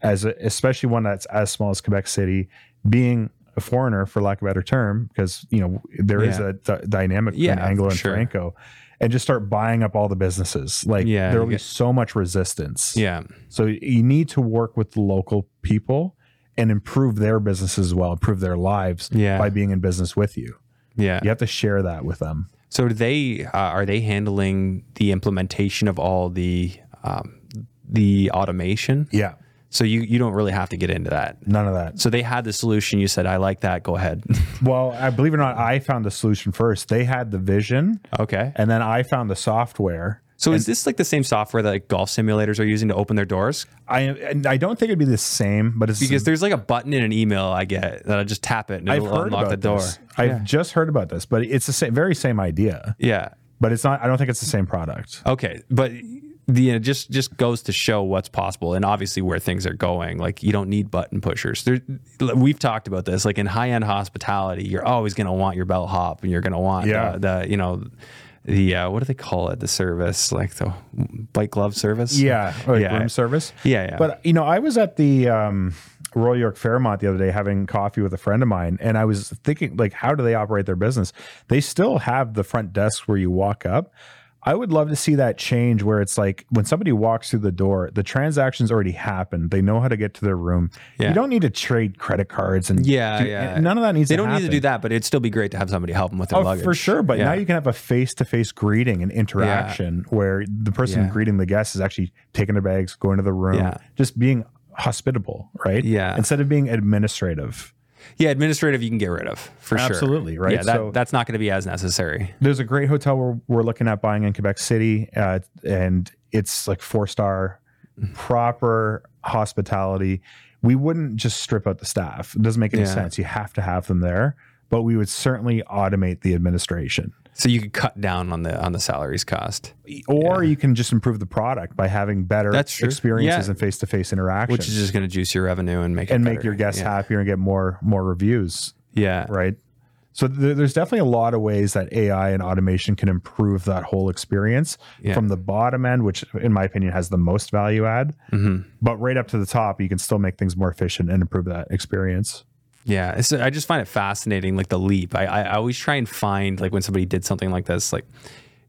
as a, especially one that's as small as Quebec City, being a foreigner for lack of a better term, because you know there is
Yeah.
a d- dynamic
Yeah,
between Anglo
for
and
sure.
Franco, and just start buying up all the businesses. Like
Yeah,
there
you
will be
get-
so much resistance.
Yeah.
So you need to work with local people and improve their businesses as well, improve their lives
Yeah.
by being in business with you.
Yeah.
You have to share that with them.
So do they uh, are they handling the implementation of all the um, the automation?
Yeah,
So you you don't really have to get into that.
none of that.
So they had the solution. You said, "I like that. Go ahead."
Well, I believe it or not, I found the solution first. They had the vision,
okay.
and then I found the software.
So is this like the same software that like golf simulators are using to open their doors?
I and I don't think it'd be the same, but it's
Because there's like a button in an email I get that I just tap it and
I've
it'll
heard
unlock
about
the door.
This. I've just heard about this, but it's the same, very same idea.
Yeah.
But it's not. I don't think it's the same product.
Okay. But the it just just goes to show what's possible and obviously where things are going. Like you don't need button pushers. There, we've talked about this. Like in high end hospitality, you're always going to want your bellhop and you're going to want
Yeah.
the, the you know the uh, what do they call it? The service like the white glove service.
Yeah, like
Yeah.
room service.
Yeah, yeah.
But you know, I was at the um, Royal York Fairmont the other day having coffee with a friend of mine, and I was thinking, like, how do they operate their business? They still have the front desk where you walk up. I would love to see that change where it's like when somebody walks through the door, the transactions already happened. They know how to get to their room.
Yeah.
You don't need to trade credit cards and
Yeah,
do-
yeah.
None of that needs
They
to
don't
happen.
need to do that, but it'd still be great to have somebody help them with their
Oh,
luggage.
for sure. But
Yeah.
now you can have a face to face greeting and interaction where the person
Yeah.
greeting the guest is actually taking their bags, going to the room,
Yeah.
just being hospitable, right?
Yeah.
Instead of being administrative.
Yeah, administrative you can get rid of for sure.
Absolutely, right?
Yeah, that,
So-
that's not going to be as necessary.
There's a great hotel we're, we're looking at buying in Quebec City, uh, and it's like four star,
Mm-hmm.
proper hospitality. We wouldn't just strip out the staff. It doesn't make any
Yeah.
sense. You have to have them there, but we would certainly automate the administration.
So you could cut down on the on the salaries cost,
or you can just improve the product by having better
That's true.
experiences
Yeah.
and face-to-face interaction
which is just going to juice your revenue and make it
and make
better.
your guests
yeah.
happier and get more more reviews
Yeah,
right so there, there's definitely a lot of ways that ai and automation can improve that whole experience
Yeah.
from the bottom end which in my opinion has the most value add
Mhm.
but right up to the top you can still make things more efficient and improve that experience
yeah. It's, I just find it fascinating, like the leap. I, I I always try and find like when somebody did something like this, like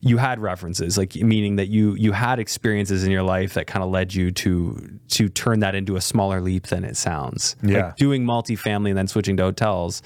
you had references, like meaning that you you had experiences in your life that kind of led you to to turn that into a smaller leap than it sounds.
Yeah.
Like doing multifamily and then switching to hotels,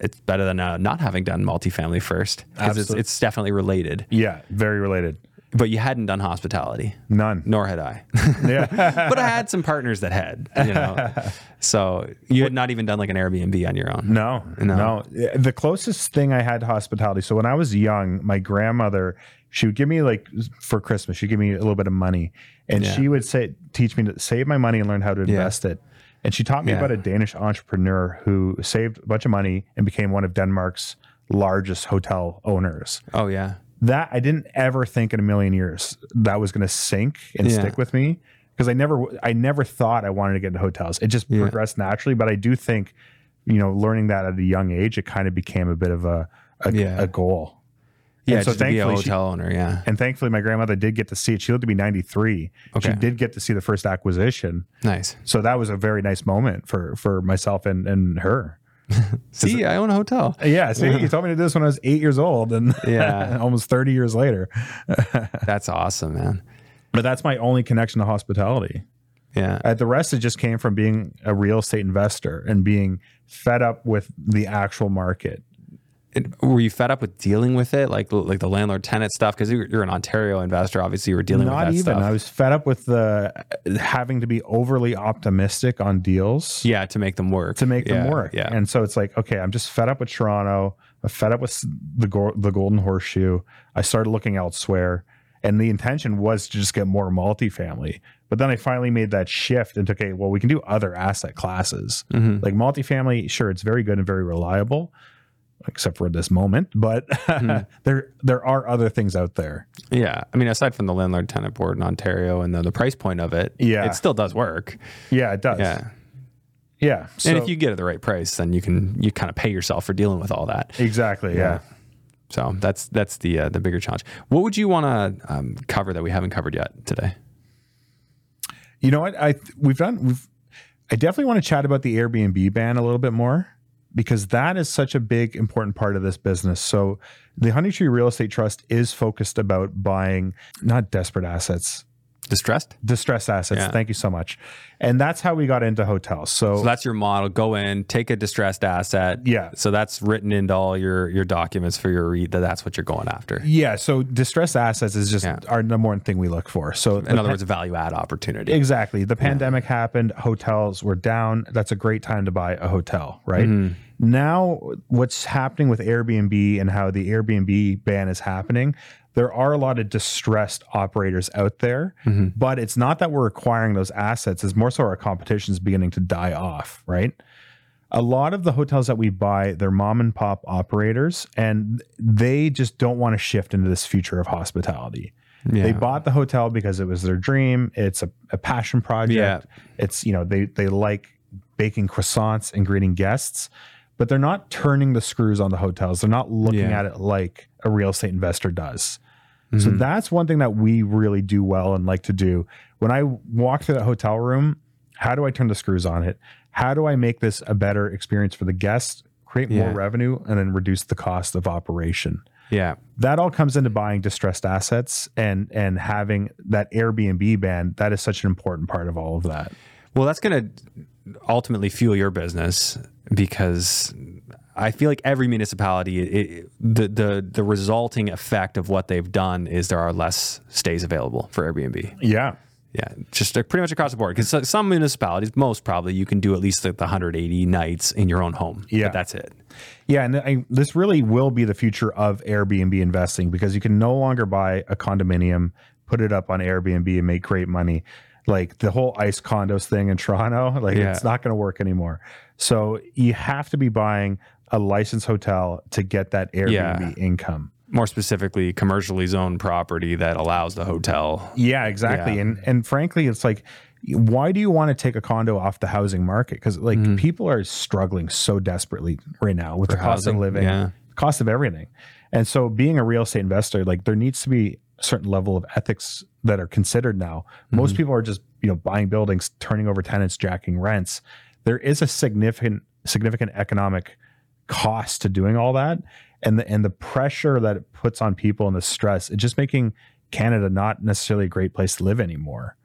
it's better than uh, not having done multifamily first because it's,
Absolute-
it's definitely related.
Yeah, very related.
But you hadn't done hospitality, <laughs>
None.
nor had I.
Yeah.
but I had some partners that had, you
<laughs>
know. so you had not even done like an Airbnb on your own.
No, no, The closest thing I had to hospitality. So when I was young, my grandmother, she would give me like for Christmas, she'd give me a little bit of money and
Yeah.
she would say, teach me to save my money and learn how to invest it. And she taught me
Yeah.
about a Danish entrepreneur who saved a bunch of money and became one of Denmark's largest hotel owners.
Oh yeah.
That I didn't ever think in a million years that was going to sink and
Yeah.
stick with me because I never I never thought I wanted to get into hotels. It just progressed naturally, but I do think you know learning that at a young age it kind of became a bit of a a,
Yeah.
a goal.
Yeah,
and so
just to be a
thankfully she,
hotel owner, yeah.
and thankfully my grandmother did get to see it. She lived to be 93.
Okay.
She did get to see the first acquisition.
Nice.
So that was a very nice moment for for myself and and her.
See, I own a hotel.
Yeah, <laughs> see, you told me to do this when I was 8 years old and
Yeah.
<laughs> almost 30 years later.
That's awesome, man.
But that's my only connection to hospitality.
Yeah.
Uh, the rest it just came from being a real estate investor and being fed up with the actual market.
And were you fed up with dealing with it, like like the landlord tenant stuff? Because you're, you're an Ontario investor, obviously. You were dealing with
Not
that
even.
stuff.
I was fed up with the having to be overly optimistic on deals
yeah, to make them work.
to make them
Yeah,
work.
Yeah.
And so it's like, okay, I'm just fed up with Toronto. I'm fed up with the go- the Golden Horseshoe. I started looking elsewhere, and the intention was to just get more multifamily. But then I finally made that shift and took, okay, well, we can do other asset classes.
Mhm.
Like multifamily, sure, it's very good and very reliable, except for this moment. But <laughs>
Hmm.
there there are other things out there.
Yeah. I mean, aside from the landlord tenant board in Ontario and the, the price point of it,
Yeah.
it still does work.
Yeah, it does.
Yeah.
yeah. So,
and if you get it the right price, then you can you kind of pay yourself for dealing with all that.
exactly, yeah.
So that's that's the uh, the bigger challenge. What would you want to um, cover that we haven't covered yet today?
You know what? I we've done we've I definitely want to chat about the Airbnb ban a little bit more because that is such a big important part of this business. So the Honeytree Real Estate Trust is focused about buying not desperate assets,
Distressed.
distressed assets.
Yeah.
Thank you so much. And that's how we got into hotels. So,
So that's your model. Go in, take a distressed asset.
Yeah.
So that's written into all your your documents for your read that that's what you're going after.
yeah, so distressed assets is just
Yeah.
our number one thing we look for. So
In other words, a value add opportunity.
Exactly. The pandemic happened, hotels were down. That's a great time to buy a hotel, right? Now, what's happening with Airbnb and how the Airbnb ban is happening, there are a lot of distressed operators out there, but it's not that we're acquiring those assets, it's more so our competition is beginning to die off, right? a lot of the hotels that we buy, they're mom and pop operators, and they just don't want to shift into this future of hospitality. They bought the hotel because it was their dream. It's a, a passion project.
Yeah.
It's, you know, they they like baking croissants and greeting guests, but they're not turning the screws on the hotels. They're not looking
Yeah.
at it like a real estate investor does.
Mm-hmm.
So that's one thing that we really do well and like to do. When I walk through that hotel room, how do I turn the screws on it? How do I make this a better experience for the guests, create more
Yeah.
revenue, and then reduce the cost of operation?
Yeah.
That all comes into buying distressed assets and and having that Airbnb ban. That is such an important part of all of that.
Well, that's going to ultimately fuel your business because I feel like every municipality, it, it, the the the resulting effect of what they've done is there are less stays available for Airbnb.
Yeah.
Yeah, just uh, pretty much across the board. Because some municipalities, most probably, you can do at least the, the 180 nights in your own home.
Yeah.
but that's it.
Yeah, and I, this really will be the future of Airbnb investing because you can no longer buy a condominium, put it up on Airbnb, and make great money. Like the whole ice condos thing in Toronto, <laughs> like
Yeah.
it's not going to work anymore. So you have to be buying a licensed hotel to get that Airbnb
Yeah.
income.
More specifically, commercially zoned property that allows the hotel.
Yeah, exactly.
Yeah.
And and frankly, it's like, why do you want to take a condo off the housing market? Because like people are struggling so desperately right now with the cost
housing,
of living,
yeah.
the cost of everything. And so, being a real estate investor, like there needs to be a certain level of ethics that are considered now. Most people are just you know buying buildings, turning over tenants, jacking rents. There is a significant significant economic cost to doing all that. and the and the pressure that it puts on people and the stress, it's just making Canada not necessarily a great place to live anymore. <laughs>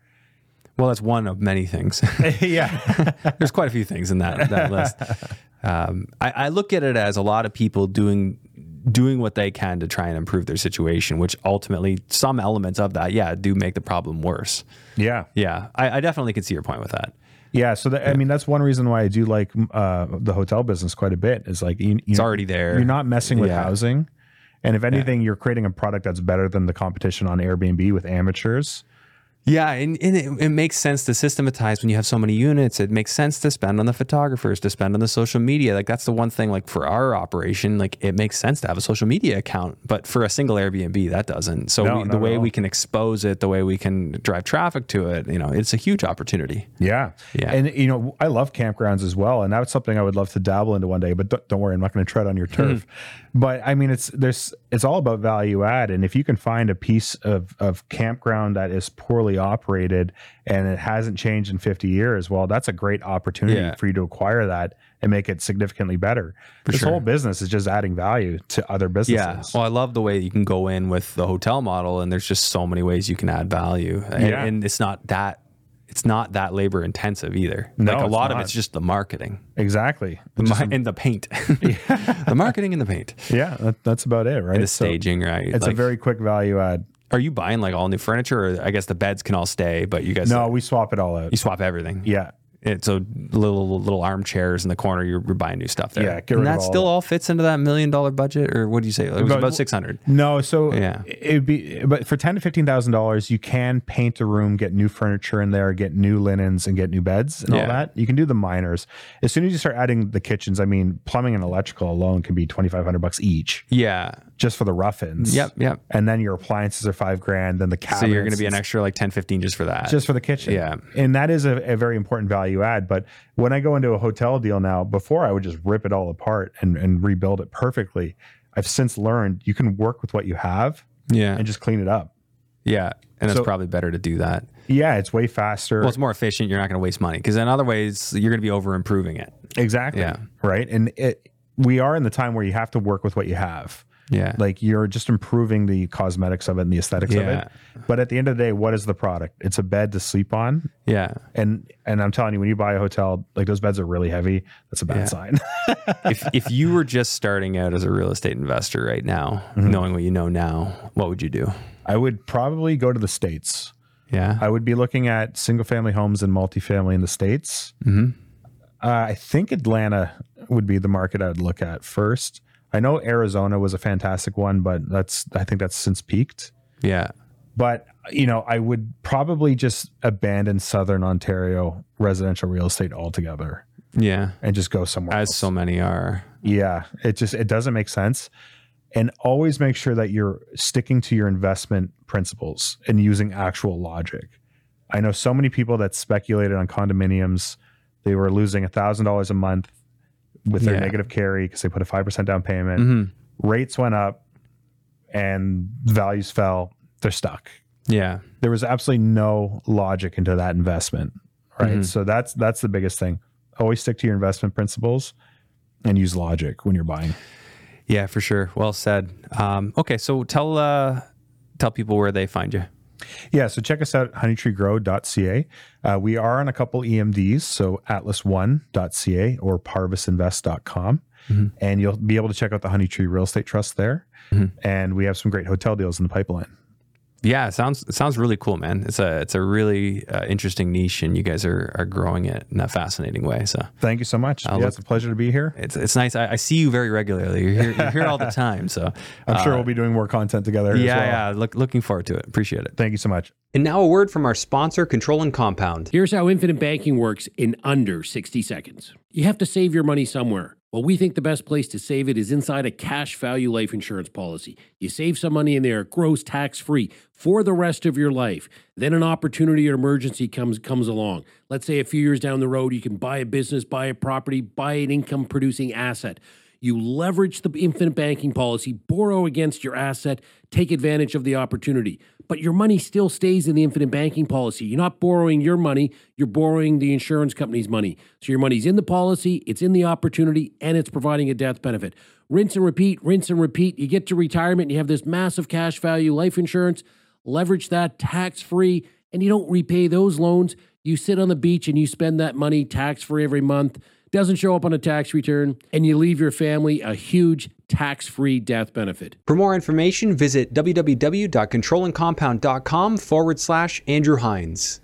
Well, that's one of many things. <laughs>
yeah.
There's quite a few things in that, that list. Um, I, I look at it as a lot of people doing doing what they can to try and improve their situation, which ultimately some elements of that, yeah, do make the problem worse.
Yeah.
Yeah, I, I definitely can see your point with that.
Yeah. So that, I mean, that's one reason why I do like uh, the hotel business quite a bit. Is like you,
It's
you,
already there.
you're not messing with
Yeah.
housing, and if anything, you're creating a product that's better than the competition on Airbnb with amateurs.
Yeah, and, and it, it makes sense to systematize when you have so many units. It makes sense to spend on the photographers, to spend on the social media. Like that's the one thing. Like for our operation, like it makes sense to have a social media account, but for a single Airbnb, that doesn't. So
No,
we,
not
the
at
way
all.
we can expose it, the way we can drive traffic to it, you know, it's a huge opportunity.
Yeah.
Yeah.
And, you know, I love campgrounds as well. And that's something I would love to dabble into one day, but don't, don't worry, I'm not going to tread on
Hmm.
your turf. but I mean, it's, there's, it's all about value add. And if you can find a piece of, of campground that is poorly operated and it hasn't changed in 50 years, well, that's a great opportunity
Yeah.
for you to acquire that and make it significantly better. this
sure.
whole business is just adding value to other
Yeah.
businesses.
Well, I love the way you can go in with the hotel model, and there's just so many ways you can add value, and,
Yeah.
and it's not that it's not that labor intensive either.
No,
like a
it's
lot of
not.
it's just the marketing.
exactly.
The mar- and the
<laughs>
paint, the marketing and the paint,
Yeah. That, that's about it. Right.
the
So
staging, right?
It's a
Like,
very quick value add.
Are you buying like all new furniture? Or I guess the beds can all stay, but you guys
No, we swap it all out.
you swap everything.
Yeah.
It's a little little armchairs in the corner. You're, you're buying new stuff there.
Yeah, get
and
rid
that
of all
still
that.
all fits into that million dollar budget, or what do you say? It was
About-
about six hundred.
No, so
Yeah.
it'd be but for ten to fifteen thousand dollars, you can paint a room, get new furniture in there, get new linens, and get new beds and
Yeah.
all that. You can do the minors. As soon as you start adding the kitchens, I mean, plumbing and electrical alone can be twenty five hundred bucks each
Yeah.
just for the rough ins.
Yep. Yep.
And then your appliances are five grand. Then the cabinets.
So you're going to be an extra like 10, 15 just for that.
just for the kitchen.
Yeah.
And that is a, a very important value add. But when I go into a hotel deal now, before I would just rip it all apart and, and rebuild it perfectly. I've since learned you can work with what you have
yeah.
and just clean it up.
Yeah. And it's
So-
probably better to do that.
Yeah, it's way faster.
Well, it's more efficient. You're not going to waste money because in other ways, you're going to be over improving it.
exactly.
Yeah.
Right. And it, we are in the time where you have to work with what you have.
Yeah.
Like you're just improving the cosmetics of it and the aesthetics of
Yeah.
it. But at the end of the day, what is the product? It's a bed to sleep on.
yeah.
And and I'm telling you, when you buy a hotel, like those beds are really heavy. That's a bad
Yeah.
sign. <laughs>
if, if you were just starting out as a real estate investor right now,
Mm-hmm.
knowing what you know now, what would you do?
I would probably go to the States.
Yeah.
I would be looking at single family homes and multifamily in the States.
Mhm.
Uh, I think Atlanta would be the market I'd look at first. I know Arizona was a fantastic one, but that's I think that's since peaked.
Yeah.
But you know, I would probably just abandon Southern Ontario residential real estate altogether
Yeah.
and just go somewhere.
As
else.
so many are.
Yeah, it just it doesn't make sense. And always make sure that you're sticking to your investment principles and using actual logic. I know so many people that speculated on condominiums. They were losing $1,000 a month with their
Yeah.
negative carry because they put a 5% down payment.
hmm
Rates went up and values fell. They're stuck.
Yeah.
There was absolutely no logic into that investment, right?
Mhm.
So that's that's the biggest thing. Always stick to your investment principles and use logic when you're buying.
Yeah, for sure. Well said. Um, okay. So tell, uh, tell people where they find you.
Yeah, so check us out at honeytreegrow.ca. Uh, we are on a couple EMDs, so atlas1.ca or parvisinvest.com.
Mhm.
And you'll be able to check out the Honey Tree Real Estate Trust there.
Mhm.
And we have some great hotel deals in the pipeline.
Yeah, it sounds it sounds really cool, man. It's a it's a really uh, interesting niche, and you guys are are growing it in a fascinating way. So
Thank you so much. yeah,
look-
it's a pleasure to be here.
it's it's nice. I, I see you very regularly. You're here, you're here
<laughs>
all the time. So
I'm
uh,
sure we'll be doing more content together as
yeah,
well.
yeah. Look, looking forward to it. Appreciate it.
Thank you so much.
And now a word from our sponsor, Control and Compound.
Here's how infinite banking works in under 60 seconds. You have to save your money somewhere. Well, we think the best place to save it is inside a cash value life insurance policy. You save some money in there, it grows tax free for the rest of your life. Then an opportunity or emergency comes comes along. Let's say a few years down the road, you can buy a business, buy a property, buy an income producing asset. You leverage the infinite banking policy, borrow against your asset, take advantage of the opportunity. But your money still stays in the infinite banking policy. You're not borrowing your money, you're borrowing the insurance company's money. So your money's in the policy, it's in the opportunity, and it's providing a death benefit. Rinse and repeat, rinse and repeat. You get to retirement, you have this massive cash value life insurance, leverage that tax free, and you don't repay those loans. You sit on the beach and you spend that money tax free every month, doesn't show up on a tax return, and you leave your family a huge tax free death benefit.
For more information, visit www.controllandcompound.com forward slash Andrew Hines.